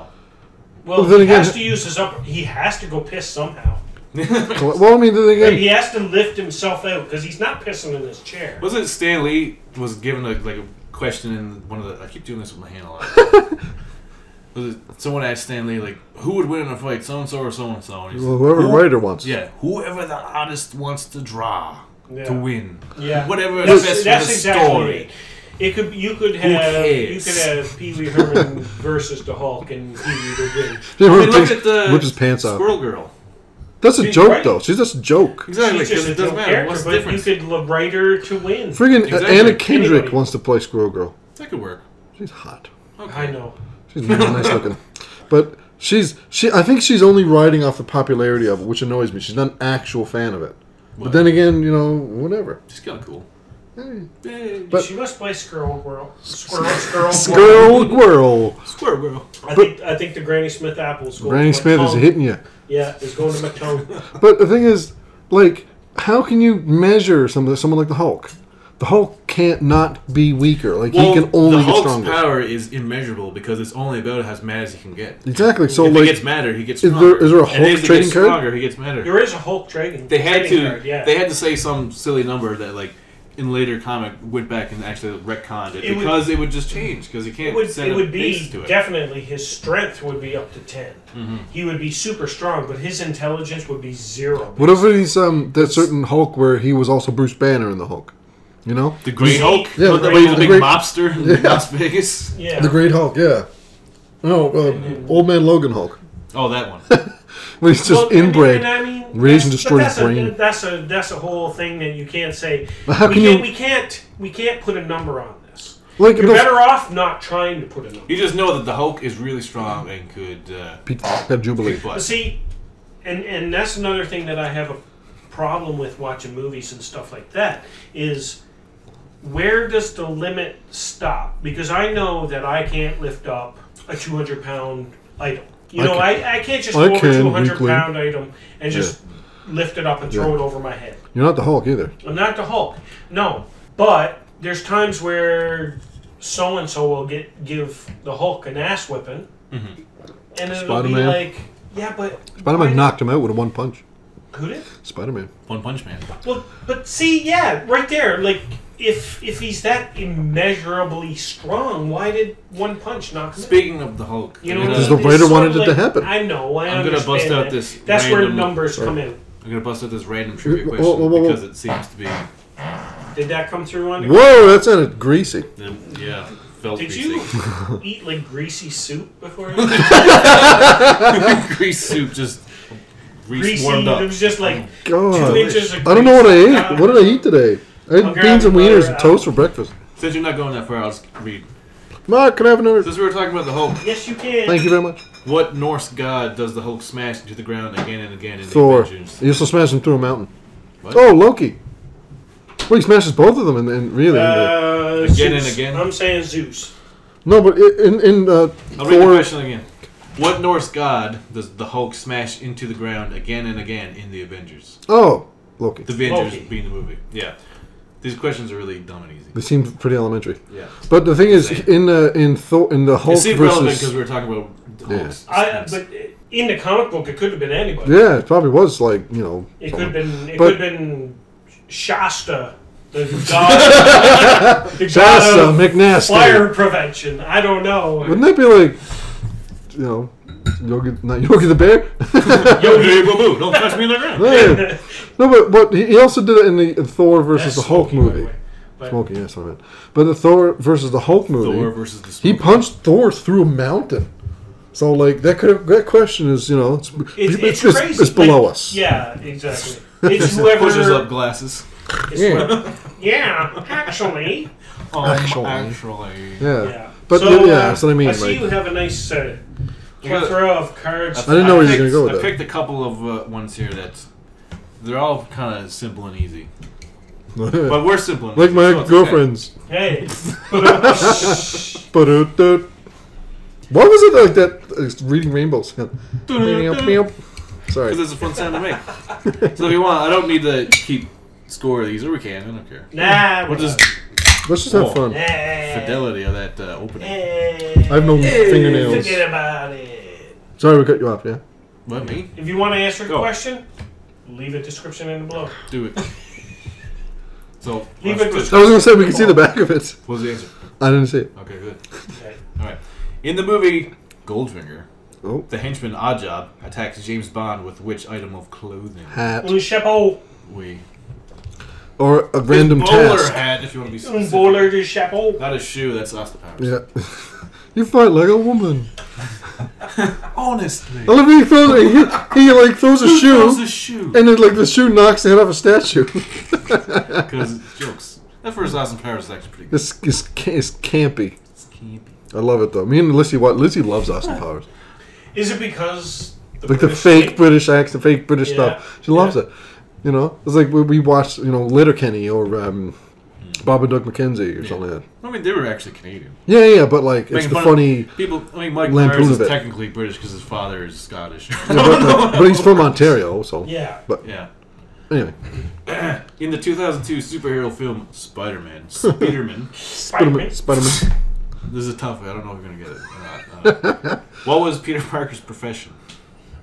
S5: Well,
S1: Well, then
S5: he
S1: again-
S5: has to use his upper. He has to go piss somehow.
S1: Well, I mean, then
S5: He
S1: again,
S5: has to lift himself out because he's not pissing in his chair.
S4: Wasn't Stan Lee was given a, like a question in one of the? I keep doing this with my hand a lot. was it, someone asked Stan Lee like, "Who would win in a fight, so and so or so and so?"
S1: well, whoever the writer wants.
S4: Yeah, whoever the artist wants to draw
S5: Yeah.
S4: to win.
S5: Yeah.
S4: Whatever
S5: That's,
S4: is best
S5: that's
S4: for the
S5: exactly
S4: story.
S5: it. It could you could have you
S4: cares?
S5: could have Pee Wee Herman versus the Hulk and Pee Wee would win.
S1: Yeah,
S4: I
S1: whoever
S4: mean, look
S1: takes-
S4: at the
S1: whips his pants off.
S4: Squirrel Girl.
S1: That's a
S5: She's
S1: joke,
S5: right.
S1: though. She's just a joke.
S4: Exactly,
S5: She's
S4: because
S5: just a
S4: it doesn't
S5: dumb
S4: matter. What's the
S5: but
S4: difference?
S5: You could l- write her to win.
S1: Friggin'
S4: Exactly.
S1: Anna Kendrick
S5: Anybody.
S1: wants to play Squirrel Girl.
S4: That could work.
S1: She's hot.
S5: I know.
S1: She's really nice looking. But she's she. I think she's only riding off the popularity of it, which annoys me. She's not an actual fan of it. But then again, you know, whatever.
S4: She's kind of cool.
S1: Hey.
S4: Eh,
S1: But-
S5: she must play Squirrel Girl. Squirrel, Squirrel,
S1: Skirl Gwirl.
S4: Square Girl.
S5: I think I think the Granny Smith apple is going.
S1: Granny
S5: to
S1: Smith is
S5: McTone.
S1: hitting you.
S5: Yeah, is going to McTone.
S1: But the thing is, like, how can you measure some someone like the Hulk? The Hulk can't not be weaker. Like
S4: Well,
S1: he can only
S4: the
S1: get
S4: Hulk's
S1: stronger.
S4: power is immeasurable because it's only about as mad as he can get.
S1: Exactly. So
S4: if he
S1: like,
S4: gets madder, he gets
S1: is there-
S4: stronger.
S1: is there a
S4: And
S1: Hulk
S4: if he
S1: trading
S4: gets
S1: card?
S4: stronger, he gets madder.
S5: there is a Hulk Dragon.
S4: They had
S5: trading
S4: to.
S5: Card, yeah.
S4: They had to say some silly number that like in later comic went back and actually retconned it,
S5: It would-
S4: because it would just change because you can't
S5: it would,
S4: set
S5: it
S4: a
S5: would
S4: base
S5: be
S4: to it. Mm-hmm.
S5: definitely his strength would be up to 10 He would be super strong, but his intelligence would be zero.
S1: what if he's um that certain Hulk where he was also Bruce Banner in the Hulk? You know,
S4: the Great
S5: See?
S4: Hulk,
S5: Yeah,
S4: the,
S5: the-
S4: big-
S1: the
S4: big
S1: great-
S4: mobster in Las Vegas.
S5: Yeah,
S1: the Great Hulk. Yeah. No, uh, Old Man Logan Hulk.
S4: Oh, that one.
S1: When he's
S5: Well,
S1: just
S5: I mean-
S1: inbred.
S5: and I mean,
S1: Rage and
S5: that's-
S1: destroy
S5: but
S1: his
S5: that's a-
S1: brain.
S5: that's a that's a whole thing that you can't say.
S1: But how
S5: we
S1: can
S5: can't,
S1: you-
S5: We can't. We can't put a number on this.
S1: Like
S5: You're
S1: no,
S5: better off not trying to put a number.
S4: You just know that the Hulk is really strong and could uh,
S1: Pete had Jubilee.
S4: kick butt.
S5: See, and and that's another thing that I have a problem with watching movies and stuff like that is where does the limit stop? Because I know that I can't lift up a 200 pound item. You
S1: I
S5: know,
S1: can-
S5: I, I can't just
S1: I
S5: go over
S1: can,
S5: 200
S1: weakling.
S5: pound item and just lift it up and throw
S1: Yeah.
S5: it over my head.
S1: You're not the Hulk either.
S5: I'm not the Hulk. No, but there's times where so and so will get give the Hulk an ass whipping, and it'll
S1: Mm-hmm. Spider-Man.
S5: be like, yeah, but
S1: Spider
S5: why-
S1: Man knocked him out with a one punch.
S5: Who did?
S1: Spider Man.
S4: One Punch Man.
S5: Well, but see, yeah, right there, like. If, if he's that immeasurably strong, why did One Punch knock him? out?
S4: Speaking of the Hulk,
S5: You know,
S4: I'm,
S1: Because
S5: it's
S1: the
S4: gonna,
S1: writer
S5: sort
S1: wanted
S5: of
S1: it to happen.
S5: I know. I
S4: I'm gonna bust
S5: understand
S4: out
S5: that.
S4: this
S5: That's where
S4: random-
S5: numbers come in.
S4: I'm gonna bust out this random trivia
S1: Whoa,
S4: question
S1: whoa, whoa, whoa.
S4: because it seems to be um,
S5: Did that come through on? you?
S1: Whoa, that sounded greasy.
S4: yeah felt
S5: Did
S4: greasy.
S5: you eat like greasy soup before?
S4: grease soup just grease
S5: greasy.
S4: warmed
S5: It
S4: up.
S5: was just like
S1: God.
S5: two inches of
S1: I don't know what I
S5: grease.
S1: ate. What did I eat today? I
S5: I'll
S1: had
S5: grab
S1: beans and
S5: another uh,
S1: wieners and
S5: apple.
S1: toast for breakfast.
S4: Since you're not going that far, I'll just read.
S1: Mark, can I have another?
S4: Since we were talking about the Hulk,
S5: Yes, you can.
S1: Thank you very much.
S4: what Norse god does the Hulk smash into the ground again and again in
S1: Thor.
S4: the
S1: He
S4: Avengers?
S1: used to smash him through a mountain.
S4: What?
S1: Oh, Loki. Well, he smashes both of them, and, and really, and-
S5: Uh,
S4: Again
S5: Zeus.
S4: and again.
S5: I'm saying Zeus.
S1: no, but i- in in uh,
S4: I'll read the
S1: Thor,
S4: question again. What Norse god does the Hulk smash into the ground again and again in the Avengers?
S1: oh, Loki.
S4: The Avengers
S5: Loki.
S4: being the movie. Yeah. These questions are really dumb and easy.
S1: They seemed pretty elementary.
S4: Yeah.
S1: But the thing is,
S4: Same.
S1: in uh, in Thor, in the Hulk
S4: It seemed relevant because
S1: versus
S4: we were talking about the
S1: Yeah.
S4: Hulk's
S5: I,
S4: smash.
S5: but in the comic book, it could have been anybody.
S1: yeah, it probably was like you know.
S5: It could have been. It
S1: But-
S5: could have been Shasta, the god. the god
S1: Shasta
S5: of
S1: McNasty.
S5: fire prevention. I don't know.
S1: Wouldn't that be like, you know, Yogi not Yogi the Bear?
S4: Yo, hey, boo, boo, don't touch me in the ground.
S1: Yeah. no, but but he he also did it in the in Thor versus
S5: That's
S1: the Hulk
S5: Smokey, by the
S1: movie.
S5: way. But
S1: Smokey, yes, I meant. But the Thor versus the Hulk movie.
S4: Thor versus the
S1: He
S4: Smoke.
S1: punched Thor through a mountain. So like that could have, that question is you know it's
S5: It's,
S1: it's,
S5: it's,
S1: it's-
S5: crazy.
S1: it's below
S5: Like,
S1: us.
S5: Yeah, exactly. It's whoever.
S4: Pushes up glasses.
S5: it's
S1: Yeah.
S5: whoever- yeah, actually.
S4: Um,
S1: Actually.
S4: actually.
S1: Yeah.
S5: Yeah.
S1: But
S5: So,
S1: yeah,
S5: uh,
S1: that's what I mean.
S5: I see
S1: like,
S5: you have a nice uh, plethora of cards.
S1: I didn't know where you were
S4: picked-
S1: gonna go with
S4: I
S1: that.
S4: picked a couple of uh, ones here that they're all kind of simple and easy. But we're simple. And
S1: like
S4: easy,
S1: my
S4: so it's
S1: girlfriend's.
S5: Hey.
S1: Ba-do-do. What was it like that? uh, reading rainbows.
S4: Okay. Because
S1: Sorry.
S4: it's a fun sound to make. so if you want, I don't need to keep score of these, or we can. I don't care.
S5: nah.
S4: What does
S1: Let's just
S4: Oh.
S1: have fun.
S5: Hey.
S4: fidelity of that uh, opening?
S5: Hey.
S1: I have no fingernails.
S5: Forget about it.
S1: Sorry, we cut you off. Yeah.
S4: What me?
S5: If you want to answer a
S4: Go.
S5: question, leave a description in the below.
S4: Do it. So
S5: Leave it
S1: I was gonna say we can see the back of it.
S4: What was the answer?
S1: I didn't see it.
S4: Okay, good.
S5: Okay.
S4: All right. In the movie Goldfinger,
S1: Oh,
S4: the henchman Oddjob attacks James Bond with which item of clothing?
S1: hat
S5: Un chapeau,
S4: We
S1: or a random
S4: His bowler
S1: task.
S4: hat, if you want to be
S5: un
S4: specific.
S5: bowler de chapeau.
S4: Not a shoe. That's Austin Powers.
S1: Yeah. you fight like a woman.
S4: Honestly.
S1: I love he throws he, he like throws a shoe
S4: Who throws a shoe?
S1: and then like the shoe knocks the head off a statue.
S4: Because jokes. That first Austin Powers is actually pretty good.
S1: This is it's campy.
S4: It's campy.
S1: I love it though. Me and Lizzie what Lizzie loves Austin Powers.
S5: Is it because the
S1: Like the
S5: British
S1: fake
S5: thing?
S1: British accent, fake British
S5: Yeah.
S1: stuff. She loves
S5: Yeah.
S1: it. You know, it's like we, we watched you know Letterkenny or um,
S5: Hmm.
S1: Bob and Doug McKenzie or
S4: Yeah.
S1: something like that.
S4: I mean, they were actually Canadian.
S1: Yeah, yeah, yeah, but like it's
S4: Making
S1: the
S4: fun of
S1: funny.
S4: people. I mean, Mike
S1: Lampoon
S4: Myers
S1: of
S4: is
S1: it.
S4: technically British because his father is Scottish.
S1: Yeah, but, like, but he's from Ontario, so
S5: Yeah.
S4: yeah.
S1: anyway.
S4: In the 2002 superhero film Spider-Man, Spiderman.
S5: Spider-Man.
S1: Spiderman.
S4: this is a tough. one. I don't know if you're gonna get it. Or not. Uh, what was Peter Parker's profession?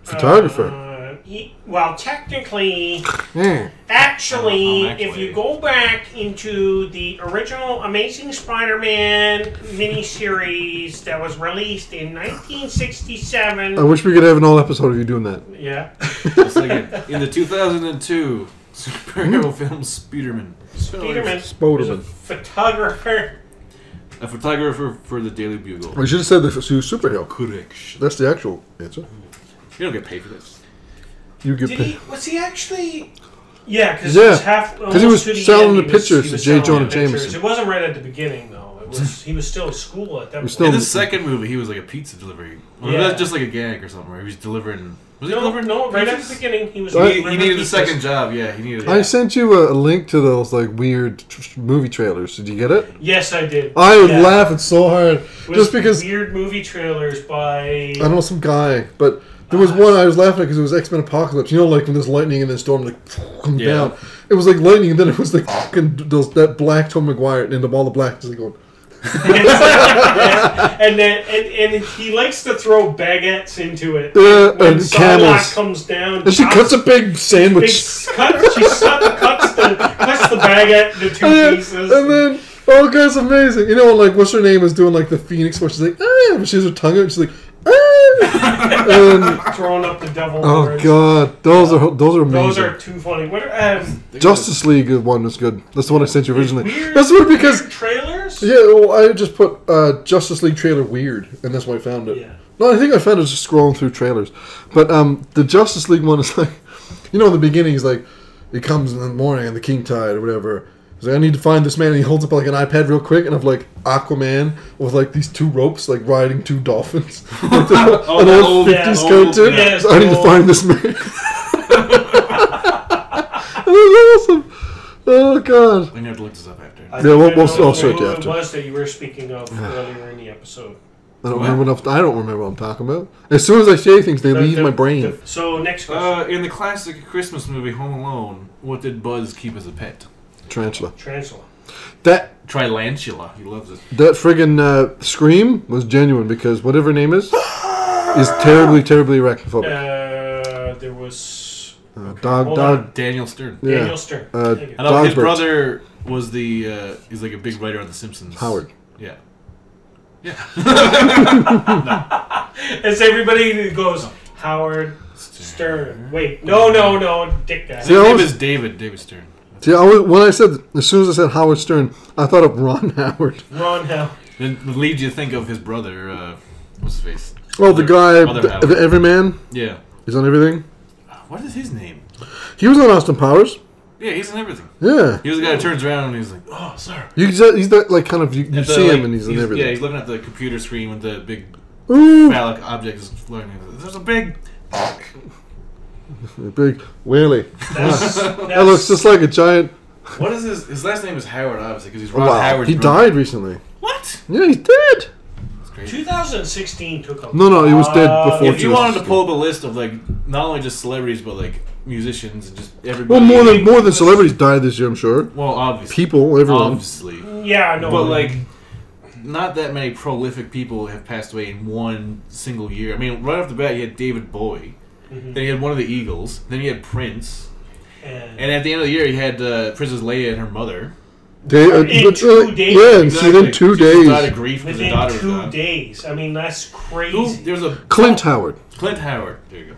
S1: Photographer.
S5: Uh, he- well, technically,
S1: yeah.
S5: actually,
S4: Um, actually-
S5: if you go back into the original Amazing Spider-Man miniseries that was released in 1967,
S1: I wish we could have an all episode of you doing that.
S5: yeah,
S4: Just like in- in the 2002 superhero
S1: Hmm?
S4: film Spiderman,
S5: Peterman was a
S1: Spoderman.
S5: photographer.
S4: a photographer for the Daily Bugle.
S1: We should have said the su- superhero.
S4: Correction.
S1: That's the actual answer.
S4: You don't get paid for this.
S1: You get
S5: Did
S1: paid.
S5: he? Was he actually? Yeah, because
S1: Yeah,
S5: was half.
S1: 'cause he
S5: almost
S1: was
S5: to the
S1: selling
S5: end,
S1: the
S5: he was-
S1: pictures
S5: he
S1: to
S5: was
S1: J.
S5: selling
S1: Jonah
S5: the pictures.
S1: Jameson.
S5: It wasn't right at the beginning though. It was. He was still in school at that point.
S1: still-
S4: In the second movie, he was like a pizza delivery. Well,
S5: Yeah.
S4: That's just like a gag or something. Where he was delivering. Was he
S5: no,
S4: delivering?
S5: no, right at
S4: pizzas?
S5: the beginning he was.
S1: I-
S4: He, he needed a second job. Yeah, he needed.
S1: I sent you a, a link to those like weird tr- movie trailers. Did you get it?
S5: Yes, I did.
S1: I was
S5: Yeah.
S1: laughing so hard
S5: It was
S1: just because I
S5: weird movie trailers by.
S1: don't know some guy, but there was one I was laughing because it was X Men Apocalypse. You know, like when there's lightning and then storm like come
S4: Yeah.
S1: down. It was like lightning, and then it was like fucking those that black Tom McGuire, and the all the black just like going.
S5: and then and, and he likes to throw baguettes into it.
S1: Yeah,
S5: when
S1: Uh, and
S5: Psylocke
S1: camels.
S5: comes down,
S1: And she
S5: chops
S1: cuts a big
S5: Big
S1: sandwich.
S5: cut, she suck, cuts the cuts the baguette into two
S1: And
S5: pieces.
S1: then, and then, oh, guy's amazing. You know, like, what's her name is doing, like, the phoenix, where she's like, ah, but she has her tongue out, and she's like, ah. and,
S5: throwing up the devil.
S1: oh,
S5: horns.
S1: God. Those are those are amazing.
S5: Those are too funny. What are um,
S1: Justice League one was good. That's the one I sent you originally.
S5: weird-
S1: That's what because
S5: weird trailers?
S1: yeah, well, I just put uh, Justice League trailer weird, and that's why I found it.
S5: Yeah.
S1: No, I think I found it just scrolling through trailers. But um, the Justice League one is like, you know, in the beginning he's like, he comes in the morning and the king tide or whatever. He's like, I need to find this man, and he holds up like an iPad real quick, and I'm like Aquaman with like these two ropes, like riding two dolphins, Like the- an
S4: that
S1: old
S4: old- yeah,
S1: fifties
S4: old-
S1: cartoon.
S5: yeah,
S1: So I need to
S5: old-
S1: find this man. That's awesome. Oh god.
S4: We need to look this up after.
S5: I
S1: Yeah,
S5: think
S1: we'll-
S5: I
S1: we'll-
S5: know
S1: I'll show it to you
S5: who
S1: after.
S5: It was that you were speaking of earlier in the episode.
S1: I don't
S4: What?
S1: remember enough. I don't remember what I'm talking about. As soon as I say things, they
S5: The-
S1: leave
S5: the-
S1: my brain.
S5: the- so next question.
S4: Uh, in the classic Christmas movie Home Alone, what did Buzz keep as a pet?
S1: Tarantula.
S5: Tarantula.
S1: That
S4: Trilantula. He loves it.
S1: that friggin' uh, scream was genuine because whatever her name is is terribly, terribly arachnophobic.
S5: Uh, there was
S1: Uh, dog,
S5: hold
S1: dog.
S5: on.
S4: Daniel Stern.
S1: Yeah.
S5: Daniel Stern.
S1: Uh,
S5: Thank you.
S4: I know
S1: Dog
S4: his
S1: birds.
S4: brother was the. Uh, he's like a big writer on The Simpsons.
S1: Howard.
S4: Yeah.
S5: It's everybody that goes Howard Stern. Wait, no, no, no, Dick guy.
S1: See, I
S4: His name
S1: was-
S4: is David. David Stern.
S1: See, I was, when I said as soon as I said Howard Stern, I thought of Ron Howard.
S5: Ron Howard.
S4: Then it leads you to think of his brother. Uh, what's his face?
S1: Oh, the guy,
S4: Other
S1: the,
S4: Howard.
S1: the Everyman,
S4: Yeah.
S1: he's on everything.
S4: What is his name?
S1: He was on Austin Powers.
S4: Yeah, he's in everything.
S1: Yeah,
S4: He was the guy who turns around and he's like, "Oh, sir."
S1: you just, he's that like kind of you, you
S4: At the,
S1: see
S4: like,
S1: him and he's, in everything.
S4: Yeah, he's looking at the computer screen with the big
S1: Ooh,
S4: phallic object is floating. He's like, There's a big.
S1: a big wheelie.
S5: That's,
S1: That looks
S5: that's
S1: just like a giant.
S4: What is his? His last name is Howard, obviously, because he's Ron
S1: Wow,
S4: Howard.
S1: he died recently.
S4: What?
S1: Yeah, he's dead.
S4: It's crazy.
S5: 2016 took a
S1: No, no, he was dead
S5: lot-
S1: before
S4: If you wanted to
S1: 2016.
S4: pull up a list of like not only just celebrities but like musicians and just
S1: Well,
S4: everybody.
S1: more than more than celebrities died this year, I'm sure.
S4: Well, obviously.
S1: People,
S5: Um,
S1: everyone.
S4: Obviously,
S5: Yeah, no.
S4: but like. Not that many prolific people have passed away in one single year. I mean, right off the bat, you had David Bowie, then you had one of the Eagles, then you had Prince,
S5: and-
S4: and at the end of the year, you had uh, Princess Leia and her mother.
S1: They, uh,
S5: In
S1: but,
S5: two
S1: uh,
S5: days.
S1: Yeah, and
S4: Exactly.
S1: within two
S4: She just Died
S1: days.
S4: of grief because her daughter
S5: within
S4: was
S5: two
S4: gone.
S5: days. I mean, that's
S4: Who-
S5: crazy.
S4: There's a
S1: Clint Howard.
S4: Clint Howard. There you go.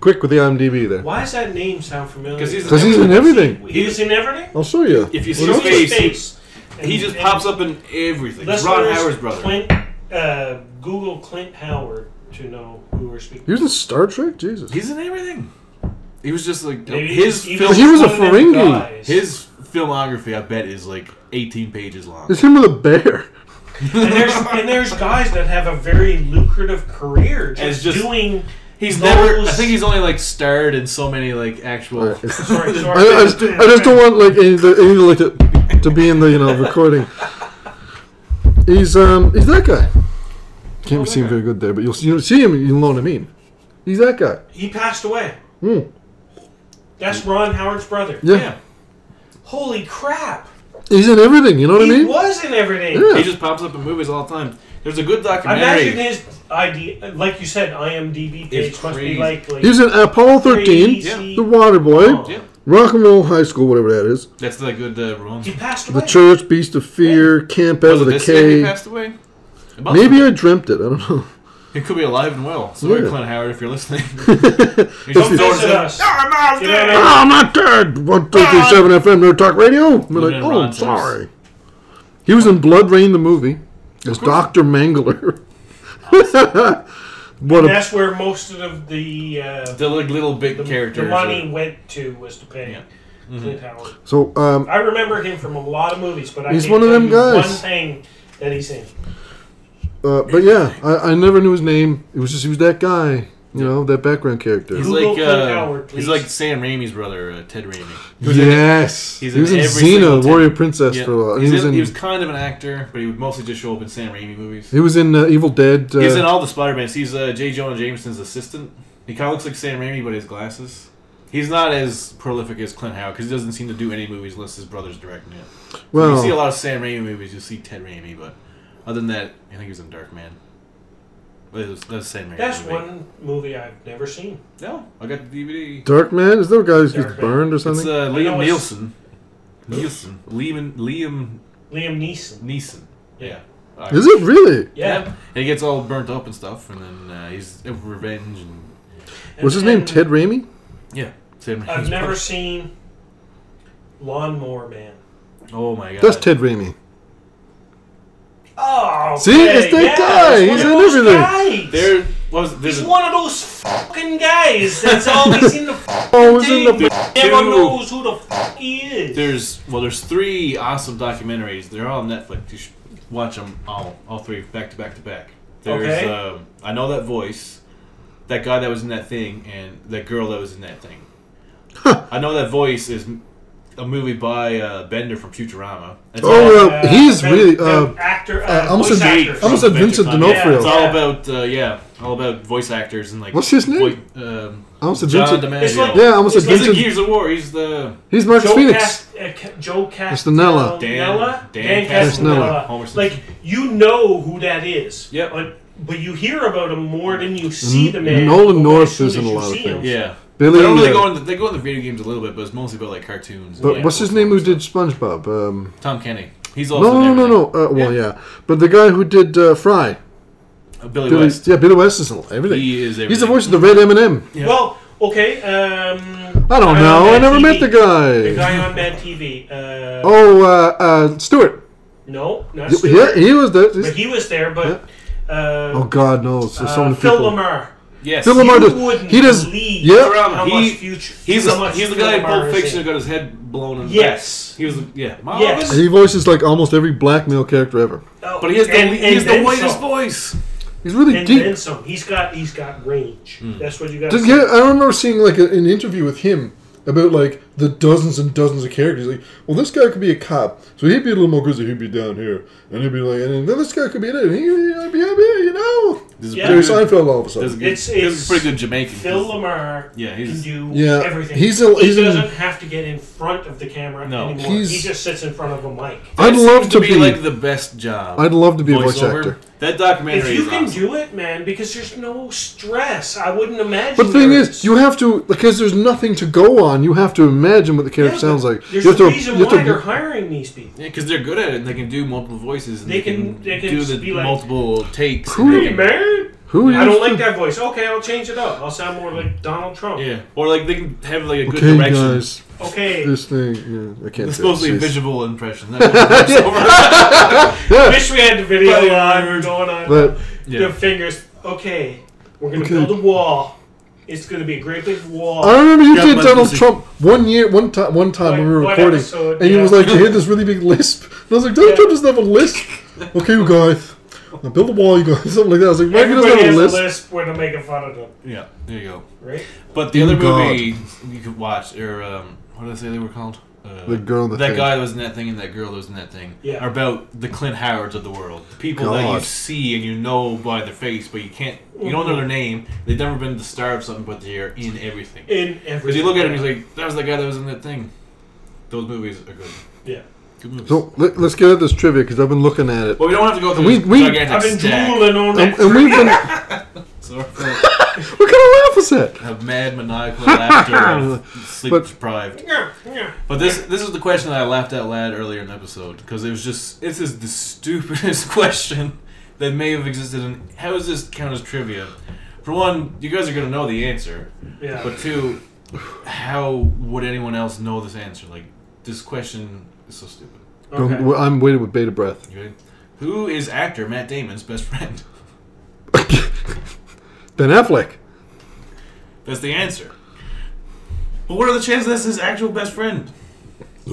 S1: Quick with the IMDb there.
S5: Why does that name sound familiar?
S4: 'Cause he's-
S1: Because he's in everything.
S5: He was in everything.
S1: I'll show you.
S4: If you see
S5: He was
S4: his
S5: in
S4: face,
S5: space.
S4: he
S5: And-
S4: just
S5: and
S4: pops up in everything. It's
S5: listeners,
S4: Ron Howard's brother.
S5: Clint, uh, Google Clint Howard to know who we're speaking.
S1: He was in Star Trek? Jesus.
S4: He's in everything. He was just like
S5: Maybe
S4: his
S5: he
S4: film.
S1: But he was a
S5: one of them
S1: Ferengi.
S5: guys.
S4: his filmography, I bet, is like 18 pages long.
S1: It's him with a bear.
S5: and there's and there's guys that have a very lucrative career
S4: As
S5: just,
S4: just-
S5: doing.
S4: He's
S5: those-
S4: never. I think he's only like starred in so many like actual.
S1: Alright, it's-
S5: Sorry,
S1: I, I,
S5: sorry.
S1: just, I just don't want like any of the, any of the like the, to be in the you know recording. He's um he's that guy. Can't be seen very good there, but you'll see, you'll see him. You know what I mean. He's that guy.
S5: He passed away.
S1: Hmm.
S5: That's Ron Howard's brother.
S1: Yeah.
S4: Yeah.
S5: Holy crap!
S1: He's in everything. You know what
S5: he
S1: I mean?
S5: was in everything.
S1: Yeah.
S4: He just pops up in movies all the time. There's a good documentary.
S5: Imagine his ID, like you said, IMDb page
S4: It's
S5: must be
S4: crazy.
S5: like, like
S1: He's in Apollo 13,
S5: crazy.
S1: The Water Boy,
S5: Oh.
S4: yeah.
S1: Rock and Roll High School, whatever that is,
S4: That's the good uh, Ron.
S5: He passed away.
S1: The Church, Beast of Fear, Camp Out
S4: Was it
S1: of the
S4: this year he
S1: Cave.
S4: passed away? About
S1: Maybe I dreamt it. I don't know.
S4: He could be alive and well. Sorry,
S1: Yeah.
S4: Clint Howard, if you're listening. you don't throw
S5: Listen to
S4: us
S5: us. You know what I mean?
S1: Ah, I'm not dead. One two three seven FM Nerd Talk Radio. We're like,
S4: Lieutenant
S1: oh,
S4: Rogers.
S1: sorry. He was in Blood Rain the movie as Doctor Mangler. what
S5: And
S1: a
S5: that's where most of the uh,
S4: the like, little big
S5: the,
S4: characters. uh,
S5: the money
S4: are-
S5: went to was to pay
S4: Yeah. Mm-hmm.
S5: Clint Howard.
S1: so um,
S5: I remember him from a lot of movies, but I
S1: He's
S5: can't
S1: one of
S5: tell
S1: them
S5: you
S1: guys.
S5: One thing that he's in.
S1: uh, but yeah, I, I never knew his name. It was just he was that guy, you know, that background character.
S4: He's
S5: Google
S4: like
S5: Clint
S4: uh,
S5: Howard,
S4: he's
S5: please.
S4: like Sam Raimi's brother, uh, Ted Raimi.
S1: Yes,
S4: he's
S1: he was
S4: in
S1: in
S4: every
S1: Xena,
S4: single
S1: the Warrior
S4: Ted-
S1: Princess
S4: Yeah.
S1: for a while.
S4: He's
S1: He was
S4: in-
S1: in
S4: he was kind of an actor, but he would mostly just show up in Sam Raimi movies.
S1: he was in uh, Evil Dead. Uh,
S4: He's in all the Spider-Mans. He's uh, J. Jonah Jameson's assistant. He kind of looks like Sam Raimi, but his glasses. He's not as prolific as Clint Howard because he doesn't seem to do any movies unless his brother's directing it. you see a
S1: well,
S4: lot of Sam Raimi movies. You see Ted Raimi, but other than that, I think he was in Dark Man. But it was, that was Sam Raimi.
S5: That's
S4: movie.
S5: one movie I've never seen.
S4: No, I got the DVD.
S1: Dark Man is there a guy who gets
S5: Dark Man.
S1: burned or
S4: It's
S1: something?
S4: uh,
S5: I know
S4: Liam
S5: it's-
S4: Nielsen. Nielsen. Liam Liam
S5: Liam Neeson.
S4: Neeson. Yeah. Alright.
S1: is it really?
S5: Yeah.
S4: And he gets all burnt up and stuff, and then uh, he's uh, revenge and
S1: Was his
S5: And-
S1: name
S5: and
S1: Ted Raimi?
S4: yeah. Sam Raimi's
S5: I've never
S4: brother.
S5: seen Lawnmower Man.
S4: Oh my god.
S1: That's Ted Raimi.
S5: Oh, okay,
S1: See, it's that
S5: yeah,
S1: guy.
S5: it's one
S1: He's
S5: of
S1: in
S5: those
S1: everything.
S5: guys.
S4: There was there's
S5: He's
S4: a-
S5: one of those fucking guys that's always in the fucking
S1: Oh, he's in the
S5: thing, but
S4: Dude.
S5: Never knows who the fuck he is.
S4: there's well there's three awesome documentaries. They're all on Netflix. You should watch them all, all three back to back to back. There's
S5: Okay.
S4: um, I know that voice, that guy that was in that thing, and that girl that was in that thing. I know that voice is m- a movie by uh, Bender from Futurama. It's all-
S1: Oh, uh, he's
S5: the-
S1: really.
S5: the
S1: Uh,
S5: actor. Uh,
S1: uh, almost
S5: voice
S1: a-
S5: actor.
S1: almost a-
S4: from
S1: Vincent
S4: Futurama.
S1: D'Onofrio.
S4: It's all
S5: Yeah.
S4: about uh, yeah, all about voice actors and like
S1: What's his name?
S4: voi- um,
S1: I almost said
S4: John
S1: Vincent.
S5: It's like-
S4: DiMaggio.
S1: Yeah, I almost said
S5: It's like
S4: He's in
S1: Vincent.
S4: Gears of War. He's the
S1: He's Marcus
S5: Joe
S1: Phoenix.
S5: Cast, uh, Ca- Joe
S1: Castanella.
S5: Castanella.
S4: Dan- Dan
S5: Dan
S1: Castanella.
S5: Castanella.
S4: Homer Simpson.
S5: Like you know who that is.
S4: Yep.
S5: But, but you hear about him more than you see the
S1: N-
S5: man.
S1: Nolan
S5: But as
S1: North
S5: soon
S1: is
S5: as
S1: in a
S5: you
S1: lot of
S5: see him-
S1: things.
S4: yeah.
S1: Billy.
S4: They don't really
S1: uh,
S4: go into they go into video games a little bit, but it's mostly about like cartoons.
S1: but
S4: Yeah.
S1: what's his name? Who did SpongeBob? Um,
S4: Tom Kenny? He's
S1: no,
S4: also
S1: no,
S4: in
S1: no,
S4: everything.
S1: no. Uh, well, yeah, but the guy who did uh, Fry.
S4: Uh, Billy,
S1: Billy,
S4: West.
S1: yeah, Billy West is in everything.
S4: He is everything.
S1: He's the voice of the Red M&M.
S4: Yeah.
S5: Well, okay. Um,
S1: I don't
S5: guy on
S1: know. I
S5: Mad
S1: never
S5: TV.
S1: met the guy.
S5: The guy on Mad TV. Uh,
S1: Oh, uh, uh, Stewart.
S5: No, not
S1: Y-
S5: Stewart.
S1: Yeah, he was the.
S5: But he was there. But uh,
S1: oh God, no! So, so
S5: uh,
S1: many
S5: Phil
S1: people.
S5: Lamar.
S4: Yes.
S1: Phil Lamar
S5: You
S1: does-
S5: wouldn't
S1: he does-
S5: believe
S1: yeah.
S5: how
S4: He-
S5: much future.
S4: He's
S5: how
S4: the,
S5: much
S4: he's the guy in
S5: Phil Lamar
S4: Pulp
S5: is
S4: Fiction who
S5: in.
S4: got his head blown in the
S5: Yes.
S4: back. He was the, yeah. Mom,
S5: Yes.
S1: He voices like almost every black male character ever.
S5: Oh,
S4: But he has the
S5: and-
S4: he has
S5: and
S4: the
S5: then
S4: whitest
S5: some.
S4: voice.
S1: He's really
S5: And
S1: deep.
S5: then some. He's got he's got range.
S4: Hmm.
S5: That's what you got.
S1: Did- yeah, I remember seeing like a, an interview with him about like the dozens and dozens of characters. Like, well, this guy could be a cop, so he'd be a little more grizzly. He'd be down here, and he'd be like, and then this guy could be that, and he, would be up here, you know.
S4: This is
S5: Yeah.
S1: Jerry
S4: pretty good.
S1: Seinfeld all of a
S4: This is
S1: sudden.
S4: good.
S5: It's-
S4: this is
S5: it's
S4: pretty good Jamaican.
S5: Phil Lamar
S4: Yeah,
S5: can
S4: he's-
S5: do
S1: Yeah,
S5: everything.
S1: he's a- he's
S5: he
S1: an-
S5: doesn't have to get in front of the camera
S4: No.
S5: anymore.
S1: He's-
S5: he just sits in front of a mic.
S1: I'd
S4: That
S1: love
S4: seems
S1: to
S4: be,
S1: be.
S4: like the best job.
S1: I'd love to be a voice
S4: Voiceover.
S1: actor.
S4: That documentary
S5: If you
S4: is
S5: can
S4: awesome.
S5: do it, man, because there's no stress. I wouldn't imagine.
S1: But the thing
S5: there
S1: is, you have to because there's nothing to go on. You have to imagine what the
S5: Yeah,
S1: character
S5: but
S1: sounds like.
S5: There's
S1: you
S5: a
S1: have to,
S5: reason
S1: you
S5: why
S1: have to-
S5: they're hiring these people.
S4: Yeah, because they're good at it. and They can do multiple voices. And
S5: They
S4: they,
S5: can- they can
S4: do
S5: just
S4: the
S5: be like-
S4: multiple takes.
S1: Who-
S4: and they
S5: Hey,
S4: can-
S5: man.
S1: who
S5: I
S1: used
S5: don't like
S1: to-
S5: that voice. Okay, I'll change it up. I'll sound more like Donald Trump.
S4: Yeah, or like they can have like a good
S1: Okay,
S4: direction.
S1: guys,
S5: Okay,
S1: this thing. Yeah, I can't.
S4: It's
S1: do it,
S4: mostly
S1: jeez.
S4: visual impression. That's what it's over.
S5: I
S1: Yeah.
S5: wish we had the video
S4: But-
S5: on going on.
S1: But
S4: Yeah.
S5: The fingers. Okay, we're gonna
S1: Okay. Um,
S5: build a wall. It's gonna be a great big wall.
S1: I remember you
S4: Yeah,
S1: did
S4: but
S1: Donald
S4: listen.
S1: Trump one year, one time, one time when we were
S5: One- one
S1: recording,
S5: episode,
S1: and he
S5: yeah.
S1: was like, "You had this really big lisp." And I was like, "Donald
S5: Yeah.
S1: Trump doesn't have a lisp." okay, you guys, now build a wall, you guys, something like that. I was like, "Maybe he doesn't
S5: Everybody
S1: have
S5: has
S1: a
S5: a
S1: lisp."
S5: lisp when they're making fun of them,
S4: yeah, there you go.
S5: right?
S4: But the
S1: Dear
S4: other
S1: God.
S4: movie you could watch, or um, what did I say they were called? uh,
S1: The girl in the
S4: that
S1: thing.
S4: guy that was in that thing and that girl that was in that thing
S5: Yeah.
S4: are about the Clint Howards of the world. The people that you
S1: God.
S4: see and you know by their face, but you can't, you don't know their name. They've never been the star of something, but they're in everything.
S5: in every.
S4: Because you look at him, he's like, that was the guy that was in that thing. Those movies are good.
S5: yeah.
S4: Good movies.
S1: So let, let's get at this trivia because I've been looking at it.
S4: but we don't have to go through
S1: We-
S4: this
S1: we-
S4: gigantic
S5: I've been
S4: stack.
S5: drooling on
S1: Um, And,
S5: it.
S1: and we've been.
S4: So uh, we're
S1: What kind of laugh is that?
S4: have mad maniacal laughter, and sleep
S1: But-
S4: deprived.
S5: Yeah, yeah.
S4: But this this is the question that I laughed out loud earlier in the episode because it was just this is the stupidest question that may have existed. And how does this count as trivia? For one, you guys are gonna know the answer,
S5: Yeah.
S4: but two, how would anyone else know this answer? Like this question is so stupid.
S5: okay.
S1: Don't- I'm waiting with bated breath.
S4: You ready? Who is actor Matt Damon's best friend?
S1: Ben Affleck.
S4: That's the answer. But what are the chances that's his actual best friend?
S1: We-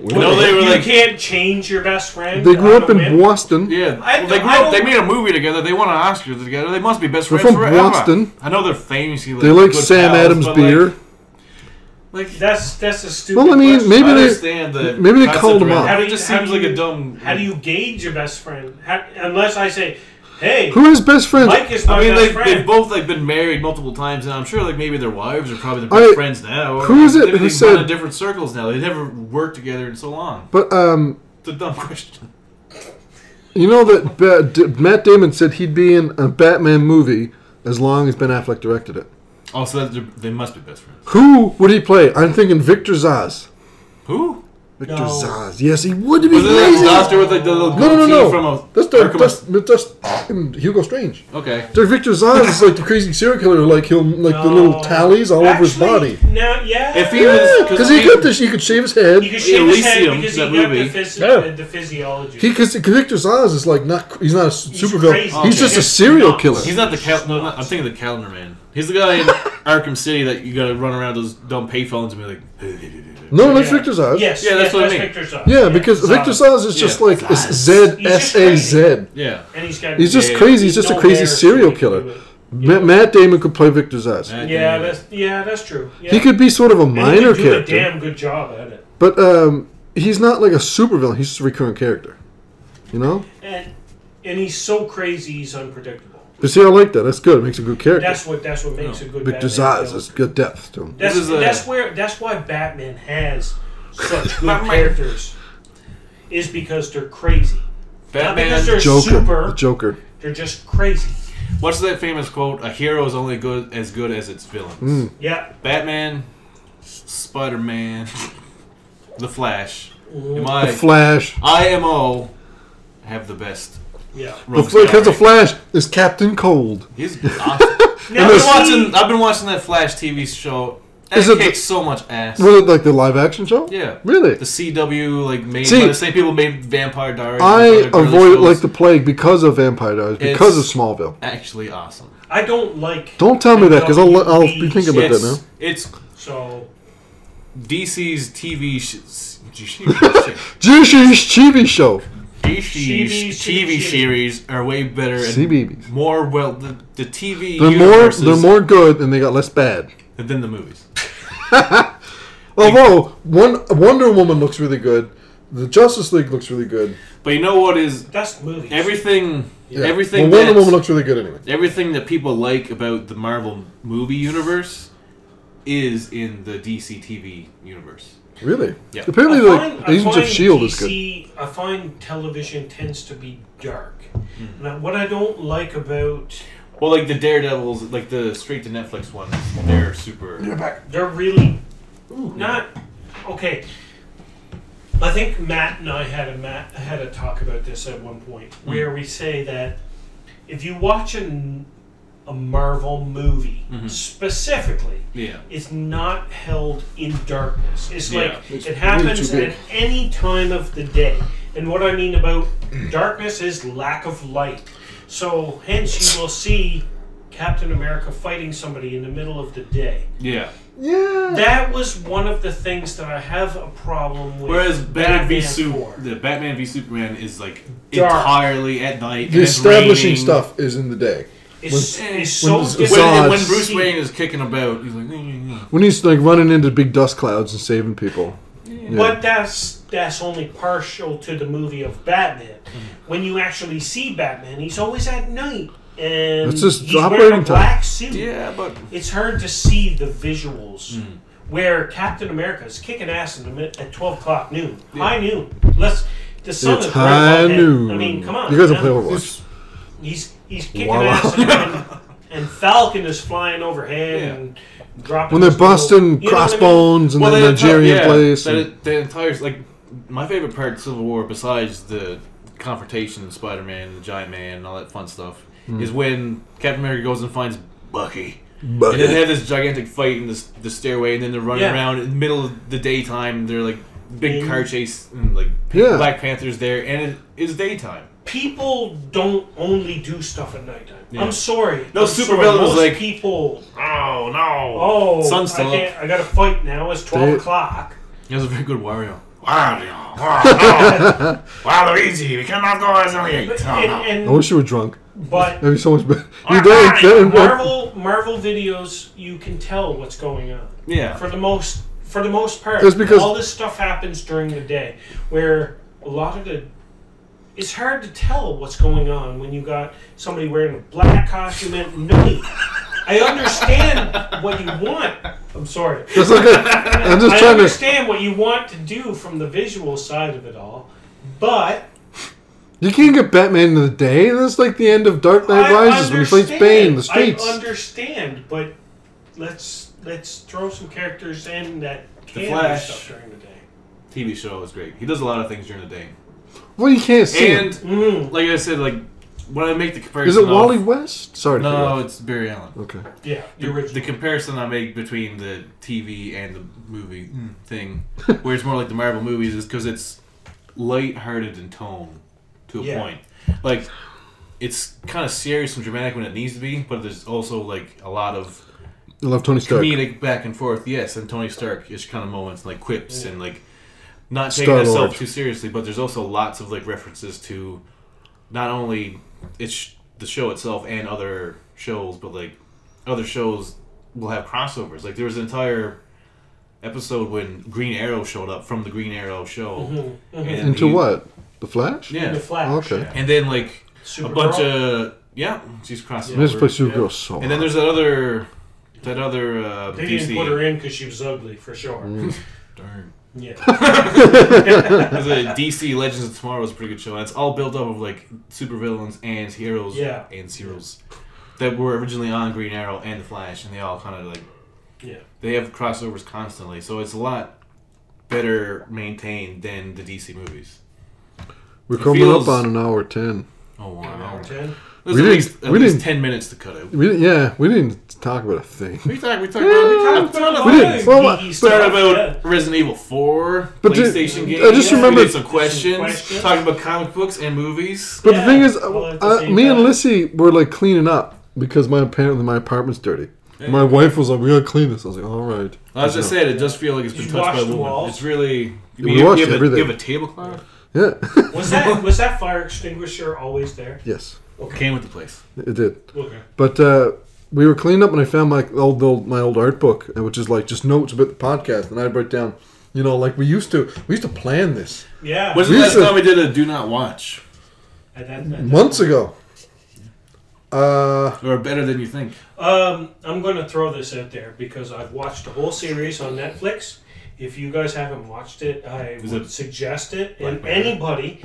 S4: No, they were
S5: you
S4: like-
S5: can't change your best friend.
S1: They grew
S5: on
S1: up
S5: a
S1: in
S5: whim?
S1: Boston.
S4: Yeah,
S5: I
S4: well, they
S5: don't-
S4: grew
S5: I
S4: up. They
S5: don't-
S4: made a movie together. They won an Oscar together. They must be best
S1: They're
S4: friends
S1: from
S4: forever.
S1: Boston.
S4: I know they're famously. Like,
S1: They like
S4: good
S1: Sam
S4: pals,
S1: Adams
S4: but,
S1: beer.
S4: Like, like
S5: That's that's a stupid.
S1: Well, I mean,
S5: question.
S4: I
S1: maybe they-
S4: understand the
S1: maybe they
S4: concept
S1: called him
S4: around
S1: up.
S4: it.
S5: How do
S4: It
S5: you-
S4: just
S5: how
S4: seems
S5: do
S4: like a
S5: you-
S4: dumb.
S5: How do you gauge your best friend? How, unless I say, hey,
S1: Who is best friends?
S5: Mike is my
S4: I mean,
S5: best
S4: like they've
S5: friend.
S4: both like been married multiple times, and I'm sure like maybe their wives are probably their
S1: I-
S4: best friends now. Or
S1: who is it
S4: they-
S1: who
S4: They've
S1: said-
S4: gone in different circles now. They never worked together in so long.
S1: But um,
S4: It's a dumb question.
S1: you know that Ba- D- Matt Damon said he'd be in a Batman movie as long as Ben Affleck directed it.
S4: Also, that they're- they must be best friends.
S1: Who would he play? I'm thinking Victor Zaz.
S4: Who?
S1: Victor
S5: No.
S1: Zaz. Yes, he would be
S4: Was it that
S1: amazing.
S4: doctor with like the little
S1: No, no, no,
S4: goatee
S1: no.
S4: from a
S1: that's the,
S4: Arkham-
S1: that's, that's um, Hugo Strange.
S4: Okay.
S1: Dr. Victor Zaz is like the crazy serial killer, like he'll like the little
S5: No.
S1: tallies all over his
S5: Actually,
S1: body.
S5: No, yeah.
S4: If he was,
S1: Because he could, this, he could shave his head.
S5: you can shave his head
S4: Elysium,
S5: because he
S4: that
S5: got
S4: movie.
S5: the, phys-
S1: Yeah.
S5: the, the physiology.
S1: He because Victor Zaz is like not he's not a supervillain. He's,
S5: crazy.
S4: Okay.
S1: just a
S5: He's
S1: serial
S5: nuts.
S1: killer.
S4: He's not the cal- no, not, I'm thinking the calendar man. He's the guy in Arkham City that you gotta run around those dumb payphones and be like.
S1: no, that's
S5: Yeah.
S1: Victor Zaz.
S5: Yes,
S4: Yeah, that's
S5: yes,
S4: what I mean.
S5: Victor's up.
S1: Yeah, because
S5: Zaz.
S1: Victor Zaz is just
S4: Yeah.
S1: like
S4: Zaz.
S1: Z
S5: He's
S1: S
S5: just
S1: A Z.
S4: Yeah.
S5: and he's got.
S1: He's just
S4: Yeah.
S1: crazy. He's just a
S5: no
S1: crazy
S5: hair,
S1: serial
S5: so he can
S1: killer.
S5: do it.
S1: Ma- Matt Damon could play Victor Zaz.
S4: Matt
S5: Yeah,
S4: Damon.
S5: that's yeah, that's true. Yeah.
S1: He could be sort of a
S5: And he
S1: minor
S5: could do
S1: character,
S5: a damn good job at it.
S1: but um, he's not like a supervillain. He's just a recurring character. You know.
S5: And and he's so crazy, he's unpredictable.
S1: But see, I like that. That's good. It makes a good character.
S5: That's what that's what makes a good
S1: Victor
S5: Batman
S1: Zaz
S5: villain.
S1: has good depth to him.
S5: That's
S4: This is a-
S5: that's where that's why Batman has such good characters, is because they're crazy. Not because they're
S4: Batman.
S1: Joker,
S5: super.
S1: the Joker.
S5: They're just crazy.
S4: What's that famous quote? A hero is only good as good as its
S1: Mm.
S4: villains.
S5: Yeah.
S4: Batman, Spider Man, The Flash. Am I?
S1: The Flash.
S4: IMO have the best.
S5: Yeah.
S4: rogues
S1: Because the
S4: gallery.
S1: Flash is Captain Cold.
S4: He's awesome.
S5: Now,
S4: I've
S5: see,
S4: been watching. I've been watching that Flash TV show. That
S1: Is it
S4: kicks so much ass.
S1: Was it like the live action show?
S4: Yeah.
S1: Really?
S4: The CW like made
S1: See-
S4: by the same people made Vampire Diaries.
S1: I
S4: and other girly
S1: avoid like
S4: shows.
S1: the plague because of Vampire Diaries, because of
S4: It's-
S1: Smallville.
S4: actually awesome.
S5: I don't like.
S1: Don't tell me
S5: the
S1: that because I'll, I'll be
S5: WB,
S1: thinking about
S4: It's,
S1: that now.
S4: it's
S5: So
S4: DC's TV sh- s- DC
S1: Jushi's TV show.
S5: CB,
S4: TV series are way better and
S1: CBeebies.
S4: more well the, the TV
S1: They're more,
S4: universes
S1: they're more good and they got less bad.
S4: than the movies.
S1: Although one Wonder Woman looks really good, the Justice League looks really good.
S4: But you know what is
S5: that's movies.
S4: everything
S1: Yeah.
S4: everything
S1: Well, Wonder
S4: that's-
S1: Woman looks really good anyway.
S4: everything that people like about the Marvel movie universe is in the DC TV universe.
S1: Really?
S4: Yeah.
S1: Apparently,
S5: I find-
S1: the
S5: I
S1: Agents of
S5: find
S1: Shield E is good.
S5: DC I find television tends to be dark. Now, what I don't like about
S4: Well, like the Daredevils, like the straight to Netflix ones, they're super.
S5: they're really not okay. I think Matt and I had a Matt had a talk about this at one point where we say that if you watch an, a Marvel movie specifically,
S4: Yeah.
S5: it's not held in darkness. It's
S4: Yeah.
S5: like
S1: It's
S5: it happens
S1: really too big.
S5: at any time of the day. And what I mean about darkness is lack of light. So hence you will see Captain America fighting somebody in the middle of the day.
S4: Yeah.
S1: Yeah.
S5: That was one of the things that I have a problem with.
S4: Whereas Batman v
S5: Batman
S4: Super,
S5: 4.
S4: the Batman v Superman is like
S5: Dark.
S4: entirely at night. and
S1: The
S4: it's
S1: establishing
S4: raining.
S1: stuff is in the day.
S5: It's,
S4: when-
S5: it's so
S1: when-
S5: different.
S4: When,
S1: Zod.
S4: when Bruce Wayne is kicking about, he's like, "Mm, mm, mm."
S1: When he's like running into big dust clouds and saving people.
S5: But that's that's only partial to the movie of Batman.
S1: Mm-hmm.
S5: When you actually see Batman, he's always at night, and
S1: That's just
S5: he's wearing
S1: operating
S5: a
S1: time.
S5: black suit.
S4: Yeah, but
S5: It's hard to see the visuals.
S1: Mm.
S5: Where Captain America is kicking ass in the mid- at twelve o'clock noon, high noon. Let's the sun
S1: It's
S5: is right
S1: high
S5: above him.
S1: noon.
S5: I mean, come on.
S1: You guys
S5: you
S1: will play
S5: know?
S1: Overwatch.
S5: He's he's kicking
S1: Wow.
S5: ass, and, and Falcon is flying overhead
S4: Yeah.
S5: and dropping.
S1: When they're
S5: his little-
S1: busting
S5: you know what I mean?
S1: crossbones and
S4: that
S1: then
S4: entire-
S1: Nigerian
S4: yeah,
S1: place.
S4: That,
S1: and-
S4: that entire like my favorite part of Civil War, besides the confrontation of Spider Man, Giant Man, and all that fun stuff,
S1: Hmm.
S4: is when Captain America goes and finds Bucky.
S1: Bucky.
S4: And then they have this gigantic fight in this the stairway, and then they're running
S5: Yeah.
S4: around in the middle of the daytime. They're like big
S5: Mm.
S4: car chase, and like
S1: Yeah.
S4: Black Panther's there, and it is daytime.
S5: people don't only do stuff at nighttime.
S4: Yeah.
S5: I'm sorry.
S4: No
S5: I'm
S4: super
S5: sorry.
S4: villain was
S5: Most
S4: like-
S5: people.
S4: Oh no!
S5: Oh,
S4: sun's still
S5: I,
S4: up.
S5: can't, I got to fight now. It's twelve
S1: They-
S5: o'clock.
S4: That was a very good Wario.
S6: Wow, wow, no. wow, Luigi, we cannot go as only eight.
S5: But,
S6: Oh, no.
S5: and,
S1: I
S5: and,
S1: wish you were drunk.
S5: but
S1: That'd be so much better. You
S6: Alright,
S1: did.
S5: Marvel Marvel videos, you can tell what's going on
S4: Yeah.
S5: for the most for the most part.
S1: It's because-
S5: all this stuff happens during the day, where a lot of the it's hard to tell what's going on when you got somebody wearing a black costume at night. I understand what you want. I'm sorry.
S1: That's okay. I'm just
S5: I
S1: trying to.
S5: understand what you want to do from the visual side of it all, but
S1: You can't get Batman in the day. That's like the end of Dark Knight
S5: I
S1: Rises when he fights
S5: understand.
S1: Bane, the streets.
S5: I understand, but let's let's throw some characters in that can do
S4: Flash.
S5: stuff during the day.
S4: TV show is great. He does a lot of things during the day,
S1: well, you can't see him.
S4: and
S5: Mm,
S4: like I said, like when I make the comparison,
S1: Is it
S4: of-
S1: Wally West? Sorry. to
S4: No,
S1: cut
S4: it's Barry Allen.
S1: you off. Okay.
S5: yeah, the
S4: The, the
S5: original.
S4: comparison I make between the TV and the movie thing, where it's more like the Marvel movies, is because it's light-hearted in tone to a
S5: Yeah.
S4: point. Like it's kind of serious and dramatic when it needs to be, but there's also like a lot of
S1: I love Tony Stark.
S4: comedic back and forth. Yes, and Tony Stark is kind of moments like quips and like not taking
S1: Star-Lord.
S4: itself too seriously, but there's also lots of like references to not only it's the show itself and other shows, but like other shows will have crossovers. Like there was an entire episode when Green Arrow showed up from the Green Arrow show
S5: Mm-hmm,
S4: And
S1: Into
S4: he-
S1: what? The Flash?
S5: the
S4: Yeah,
S5: Flash.
S1: Oh, Okay.
S5: yeah.
S4: and then like a
S5: Supergirl.
S4: bunch of yeah, she's crossing.
S1: Let's play Supergirl
S4: over.
S1: so
S4: And then there's that other that other uh,
S5: They
S4: DC.
S5: didn't put her in because she was ugly, for sure.
S1: Mm.
S4: Darn.
S5: Yeah.
S4: There's a DC uh, Legends of Tomorrow is a pretty good show. And it's all built up of like supervillains and heroes
S5: Yeah.
S4: and zeros that were originally on Green Arrow and the Flash, and they all kind of like
S5: yeah.
S4: they have crossovers constantly. So it's a lot better maintained than the DC movies.
S1: We're coming
S4: feels-
S1: up on an hour ten.
S4: Oh wow!
S5: Ten.
S4: There's
S1: We
S4: at
S1: didn't-
S4: least, at
S1: we
S4: least
S1: didn't-
S4: ten minutes to cut out.
S1: We didn't, yeah, we didn't talk about a thing.
S4: We talked. We talked about. We
S5: Not
S4: talked
S5: a
S4: about,
S5: lot
S1: didn't.
S5: of
S1: Well,
S5: geeky
S1: but-
S5: stuff, yeah.
S4: about Resident Evil Four,
S1: But did-
S4: PlayStation games.
S1: I just remember-
S4: we did some questions,
S5: Questions.
S4: Talking about comic books and movies.
S1: But
S5: Yeah,
S1: the thing is,
S5: all at the
S1: uh,
S5: same
S1: me and
S5: time.
S1: Lissy were like cleaning up because my apparently my apartment's dirty. My wife was like, "We gotta clean this." I was like, "All right."
S4: As I said, it does feel like it's
S5: Did
S4: been
S5: you
S4: touched
S5: wash
S4: by a
S5: the
S4: woman.
S5: walls?
S4: It's really.
S1: We
S4: you,
S1: washed
S4: you, have a,
S1: everything.
S4: you have a tablecloth?
S1: Yeah.
S5: Was that was that fire extinguisher always there?
S1: yes,
S4: Came with the place.
S1: it did.
S5: Okay.
S1: But uh, we were cleaning up, and I found my old, old my old art book, uh, which is like just notes about the podcast, and I write down, you know, like we used to. We used to plan this
S5: Yeah.
S4: When's the
S1: We
S4: last
S1: should-
S4: time we did a do not watch?
S5: At that- at that-
S1: months ago. Uh,
S4: Or better than you think.
S5: Um, I'm going to throw this out there because I've watched the whole series on Netflix. If you guys haven't watched it, I
S4: Is
S5: would
S4: it
S5: suggest it.
S4: Black
S5: and
S4: Mirror?
S5: anybody,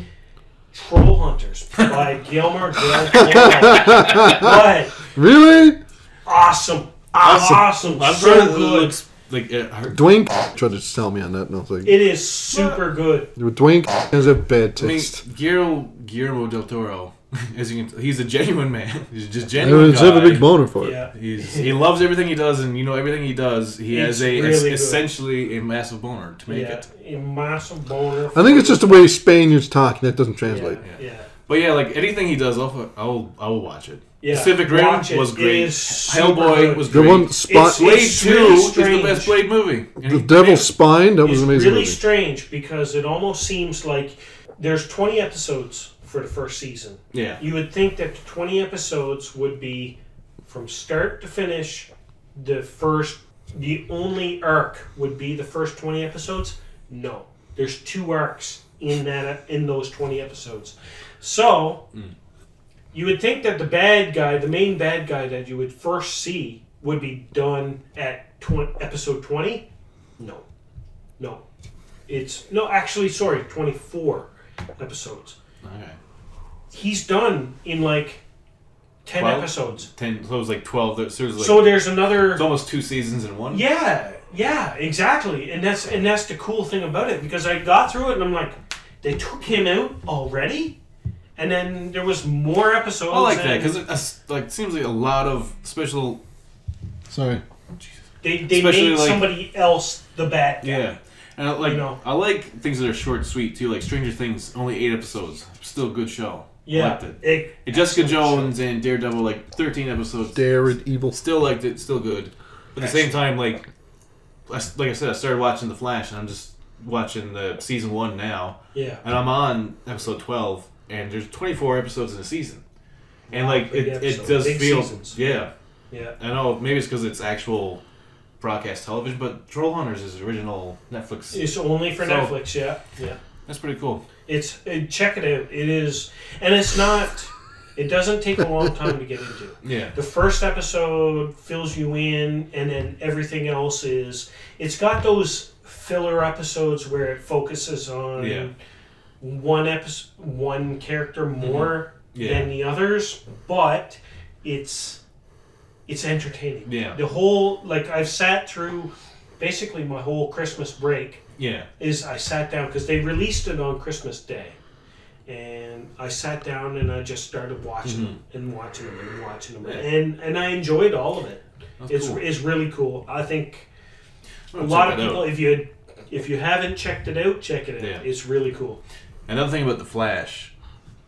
S5: Troll Hunters by Gilmer Del Toro. But
S1: really?
S5: awesome, awesome,
S4: I'm
S5: so
S4: sure it
S5: good.
S4: looks like uh, it hurt.
S1: Dwayne tried to sell me on that, and I was like,
S5: It is super good.
S1: Dwayne has a bad
S4: I mean,
S1: taste.
S4: Guillermo, Guillermo del Toro, as you can tell, he's a genuine man. He's just
S1: I
S4: genuine.
S1: was have a
S4: guy.
S1: big boner for it.
S5: Yeah,
S4: He's, he loves everything he does, and you know everything he does. He has
S5: He's
S4: a
S5: really
S4: es-
S5: good.
S4: essentially a massive boner to make
S5: yeah,
S4: it.
S5: a massive boner.
S1: I think it's just the way Spaniards talk that doesn't translate.
S5: yeah,
S4: Yeah.
S5: yeah.
S4: But yeah, like anything he does, I'll I'll, I'll watch it.
S5: Yeah,
S4: Pacific Rim
S5: watch it.
S4: was
S5: It
S4: great.
S5: is super
S4: Hellboy
S5: good.
S4: was
S1: The
S4: great.
S1: one spot,
S5: It's-
S4: Blade Two
S5: really
S4: is the
S5: strange.
S4: best Blade movie. And
S1: the
S4: he-
S1: Devil's Spine, that was
S5: It's
S1: an amazing.
S5: really
S1: movie.
S5: strange because it almost seems like there's 20 episodes for the first season.
S4: Yeah.
S5: You would think that the 20 episodes would be from start to finish, the first, the only arc would be the first 20 episodes. No, there's two arcs in that in those twenty episodes. So you would think that the bad guy, the main bad guy that you would first see, would be done at tw- episode twenty. No, no, it's no. Actually, sorry, twenty four episodes.
S4: Okay.
S5: He's done in like ten
S4: Twelve?
S5: episodes.
S4: Ten. So it was like twelve. there- So it was like
S5: so there's another.
S4: it's almost two seasons in one.
S5: Yeah, yeah, exactly. And that's and that's the cool thing about it because I got through it and I'm like, they took him out already, and then there was more episodes.
S4: I like
S5: and
S4: that because it that's- like seems like a lot of special.
S1: Sorry.
S5: they they
S4: especially,
S5: made
S4: like-
S5: somebody else the bad guy.
S4: Yeah. And I, like
S5: You know.
S4: I like things that are short, and sweet too. Like Stranger Things, only eight episodes, still a good show.
S5: yeah.
S4: Liked it.
S5: It,
S4: And Jessica Jones and Daredevil, like thirteen episodes.
S1: Dared evil.
S4: still liked it, still good. But at the same time, like, I s- like I said, I started watching The Flash, and I'm just watching the season one now,
S5: yeah.
S4: and I'm on episode twelve, and there's 24 episodes in a season, and like
S5: big
S4: it, it
S5: episodes,
S4: does
S5: big
S4: feel,
S5: seasons.
S4: yeah.
S5: Yeah.
S4: I know maybe it's because it's actual broadcast television, but Troll Hunters is original Netflix.
S5: It's only for
S4: So-
S5: Netflix. Yeah, yeah.
S4: That's pretty cool.
S5: It's it, check it out. It is, and it's not. It doesn't take a long time to get into.
S4: Yeah,
S5: the first episode fills you in and then everything else is it's got those filler episodes where it focuses on
S4: Yeah.
S5: one episode one character more
S4: Mm-hmm. Yeah.
S5: than the others but it's it's entertaining
S4: Yeah.
S5: the whole like i've sat through basically my whole christmas break
S4: yeah,
S5: is I sat down because they released it on Christmas Day, and I sat down and I just started watching them and watching them and watching them,
S4: Mm-hmm. Yeah.
S5: and and I enjoyed all of it.
S4: That's
S5: It's
S4: cool.
S5: it's really cool. I think
S4: I'm
S5: a
S4: gonna
S5: lot
S4: check
S5: of
S4: it out.
S5: people, if you if you haven't checked it out, check it out.
S4: Yeah.
S5: It's really cool.
S4: Another thing about the Flash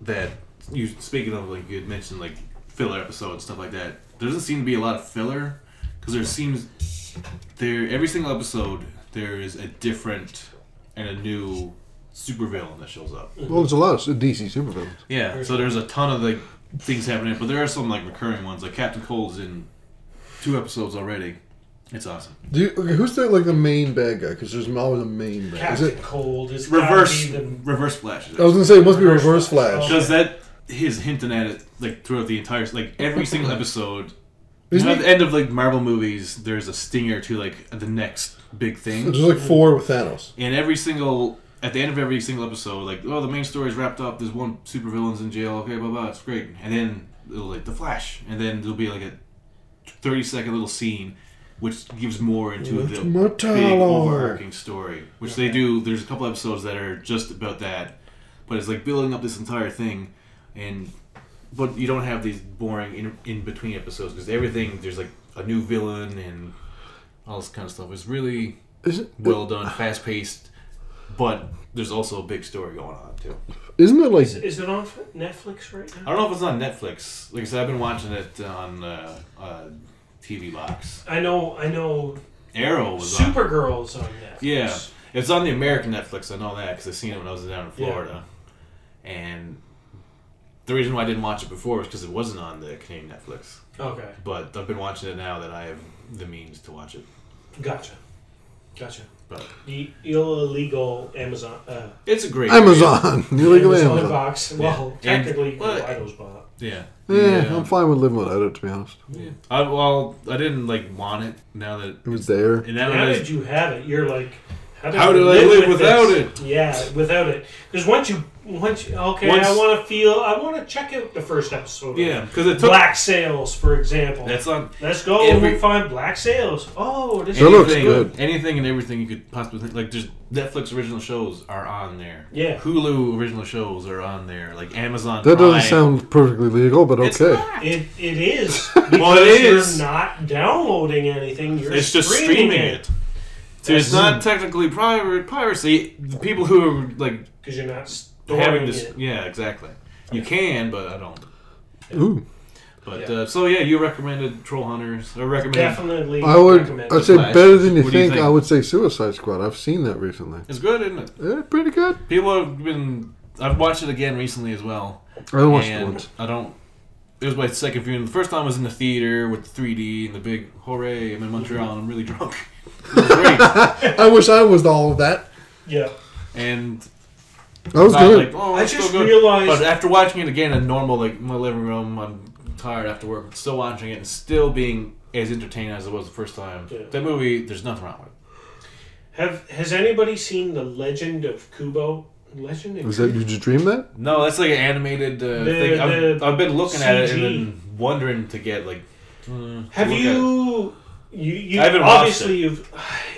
S4: that you speaking of like you had mentioned like filler episodes stuff like that. There doesn't seem to be a lot of filler because there seems there every single episode there is a different and a new supervillain that shows up.
S1: Well, there's a lot of DC supervillains.
S4: Yeah, so there's a ton of like things happening, but there are some like recurring ones. Like Captain Cold's in two episodes already. It's awesome.
S1: Do you, okay, who's the, like the main bad guy? Because there's always a main bad. Is
S5: Captain
S1: it?
S5: Cold is
S4: Reverse
S5: the,
S4: reverse Flash.
S1: I was gonna say it must be
S5: Reverse
S1: Reverse
S5: Flash.
S1: Flash.
S4: Because that his hinting at it like throughout the entire like every single episode. You
S1: Isn't
S4: know, at
S1: he-
S4: the end of like Marvel movies, there's a stinger to like the next big
S1: There's
S4: thing,
S1: like four with Thanos.
S4: and every single at the end of every single episode, like oh the main story's wrapped up. There's one supervillain's in jail. Okay, blah blah, it's great. And then it'll like the Flash, and then there'll be like a thirty second little scene, which gives more into
S1: It's
S4: the
S1: my
S4: big
S1: tower.
S4: overarching story, which they do. There's a couple episodes that are just about that, but it's like building up this entire thing, and but you don't have these boring in, in between episodes because everything there's like a new villain and all this kind of stuff. It's really
S1: Isn't
S4: well done, fast paced, but there's also a big story going on too.
S1: isn't that like
S5: is it on Netflix right now?
S4: I don't know if it's on Netflix. Like I said, I've been watching it on uh, uh, TV Box.
S5: I know I know
S4: Arrow was on.
S5: Supergirl's on Netflix.
S4: Yeah, it's on the American Netflix. I know that because I seen it when I was down in Florida, and the reason why I didn't watch it before was because it wasn't on the Canadian Netflix.
S5: Okay.
S4: But I've been watching it now that I have the means to watch it.
S5: Gotcha. Gotcha.
S4: But
S5: The illegal Amazon. Uh,
S4: it's a great
S1: Amazon? The illegal
S5: Amazon
S1: Amazon.
S5: box. Well,
S4: And-
S5: technically, you
S4: well,
S5: can buy those box.
S4: Yeah.
S1: Yeah, I'm fine with living without it. To be honest,
S4: yeah. I, well, I didn't like want it now that
S1: it was there.
S4: and now
S5: How
S4: that
S5: did
S4: it's,
S5: you have it? You're like, how,
S4: How do I live without
S5: it? Yeah, without it. Because once you, once you, okay, I
S4: Once-
S5: want to feel, I want to check out the first episode. of
S4: yeah because it took
S5: Black Sales, for example.
S4: that's on
S5: Let's go
S4: Every-
S5: and find Black Sales. Oh, this
S1: That
S5: is
S1: looks
S4: anything,
S1: good.
S4: Anything and everything you could possibly think. Like, there's Netflix original shows are on there.
S5: Yeah.
S4: Hulu original shows are on there. Like Amazon.
S1: That
S4: Prime.
S1: doesn't sound perfectly legal, but
S4: It's
S1: okay.
S4: not.
S5: It, it is.
S4: Well, it
S5: because
S4: is.
S5: You're not downloading anything. You're
S4: It's just
S5: streaming,
S4: streaming it. So it's not technically pirate piracy. The people who are like
S5: because you're not storing
S4: having
S5: it.
S4: this, yeah, exactly. You can, but I don't.
S1: Ooh,
S4: But
S5: Yeah.
S4: uh, so yeah, you recommended Troll Hunters. I recommended.
S5: Definitely,
S1: I would.
S5: recommend
S1: I'd
S5: it.
S1: say
S4: Flash.
S1: better than you
S4: What do you
S1: think. I
S4: think?
S1: would say Suicide Squad. I've seen that recently.
S4: It's good, isn't it?
S1: Eh, pretty good.
S4: People have been. I've watched it again recently as well.
S1: I only watched it
S4: and
S1: once.
S4: I don't. It was my second viewing. The first time was in the theater with 3D and the big hooray. I'm in Montreal and I'm really drunk. It was great.
S1: I wish I was all of that.
S5: Yeah.
S4: and
S1: I was
S4: not
S1: gonna.
S4: like, oh,
S5: I
S4: it's
S5: just
S4: so good.
S5: realized-
S4: But after watching it again in normal, like my living room, I'm tired after work, but still watching it and still being as entertained as it was the first time.
S5: Yeah.
S4: That movie, there's nothing wrong with it.
S5: Have has anybody seen the Legend of Kubo? Legend of
S1: was that did you dream that?
S4: No, that's like an animated uh,
S5: The-
S4: thing. I've,
S5: the
S4: I've been looking at it and
S5: CG.
S4: then wondering to get like.
S5: Have
S4: Look at
S5: you, you? You
S4: I haven't watched
S5: obviously you've.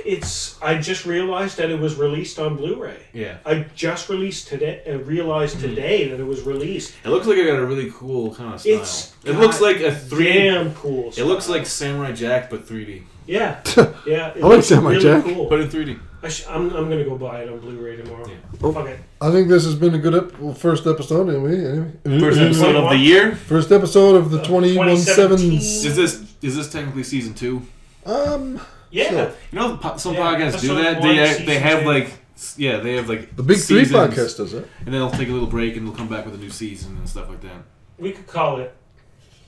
S5: It's. I just realized that it was released on Blu-ray.
S4: Yeah,
S5: I just released today. Uh,
S4: Hmm.
S5: realized today that it was released.
S4: it looks like it got a really cool kind of style.
S5: It's
S4: it looks
S5: got
S4: like a three.
S5: Damn cool.
S4: It looks like Samurai Jack, but 3D.
S5: Yeah. Yeah. It
S1: I like
S5: looks
S1: Samurai
S5: really
S1: Jack.
S5: Cool.
S4: But in 3D.
S5: I sh- I'm, I'm gonna go buy it on Blu-ray tomorrow.
S4: Yeah.
S1: Oh,
S5: Fuck it.
S1: I think this has been a good ep- well, first episode anyway. anyway.
S4: First episode Uh, of the
S5: 21.
S4: year.
S1: First episode of the twenty one
S5: 2017.
S1: seven.
S4: Is this is this technically season two?
S1: Um,
S5: Yeah.
S1: So-
S4: You know, po- some
S5: Yeah,
S4: podcasts do
S5: episode
S4: that.
S5: one,
S4: They act-
S5: season
S4: they have
S5: two.
S4: like s- yeah, they have like
S1: the big three
S4: seasons,
S1: podcast does it.
S4: and then they'll take a little break and they'll come back with a new season and stuff like that.
S5: We could call it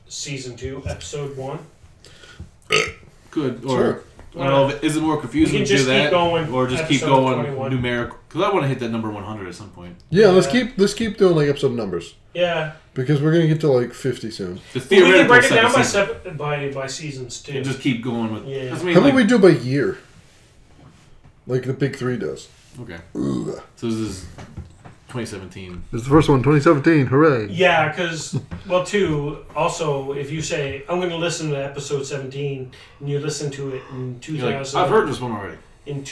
S5: season two, episode one.
S4: Good or.
S1: Sure.
S4: I don't know. If, is it more confusing to
S5: We can
S4: do
S5: just keep
S4: that,
S5: going,
S4: or just keep
S5: episode
S4: going
S5: 21.
S4: numerical? Because I want to hit that number one hundred at some point.
S1: Yeah, let's
S5: Yeah.
S1: keep let's keep doing like episode numbers
S5: Yeah.
S1: because we're gonna get to like fifty soon.
S4: The
S5: We can
S4: theoretical
S5: break it
S4: second
S5: down by,
S4: season,
S5: sep- by by seasons too.
S4: and just keep going with.
S5: Yeah.
S4: that's
S1: How
S4: what I
S1: about we
S4: mean,
S1: do by year? Like the big three does.
S4: like- okay. So this is 2017.
S1: It's the first one, 2017. Hooray!
S5: Yeah, because well, too. Also, if you say I'm going to listen to episode 17, and you listen to it in
S4: You're
S5: 2000,
S4: like, I've heard this one already.
S5: in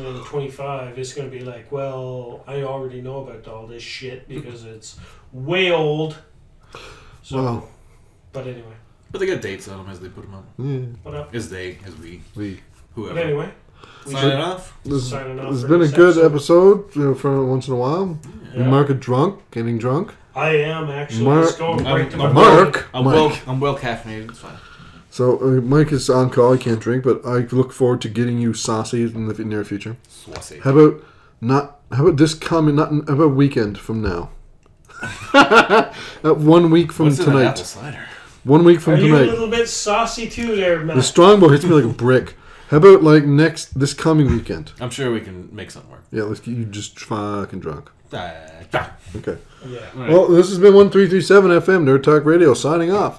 S5: 2025, it's going to be like, well, I already know about all this shit because it's way old. So,
S1: Wow.
S5: but anyway,
S4: But they got dates on them as they put them up.
S1: Yeah,
S5: what up?
S4: As they, as we,
S1: we.
S5: But
S4: whoever.
S5: anyway, we
S4: Sign
S5: should-
S4: it off.
S1: This,
S5: Signing off
S1: it's
S5: for
S1: been a
S5: this
S1: good
S5: episode.
S1: episode you know, for once in a while. We
S5: Yeah.
S1: Mark a drunk, getting drunk.
S5: I am actually
S1: Mark-
S5: it's going right to my
S4: I'm-
S1: Mark.
S4: I'm
S1: Mike.
S4: well, I'm well caffeinated. It's fine.
S1: So uh, Mike is on call. He can't drink, but I look forward to getting you saucy in the near future.
S4: Saucy.
S1: How about not? How about this coming? Not how about weekend from now? Uh, one week from
S4: What's in that apple
S1: tonight.
S4: cider?
S1: One week from
S5: Are you a
S1: tonight.
S5: little bit saucy too, there,
S1: The
S5: Matt?
S1: strongbow hits me like a brick. How about like next this coming weekend?
S4: I'm sure we can make something work.
S1: Yeah, let's get you just fucking drunk.
S4: Ah, ah.
S1: Okay.
S5: Yeah.
S1: Well, this has been one three three seven FM Nerd Talk Radio signing off.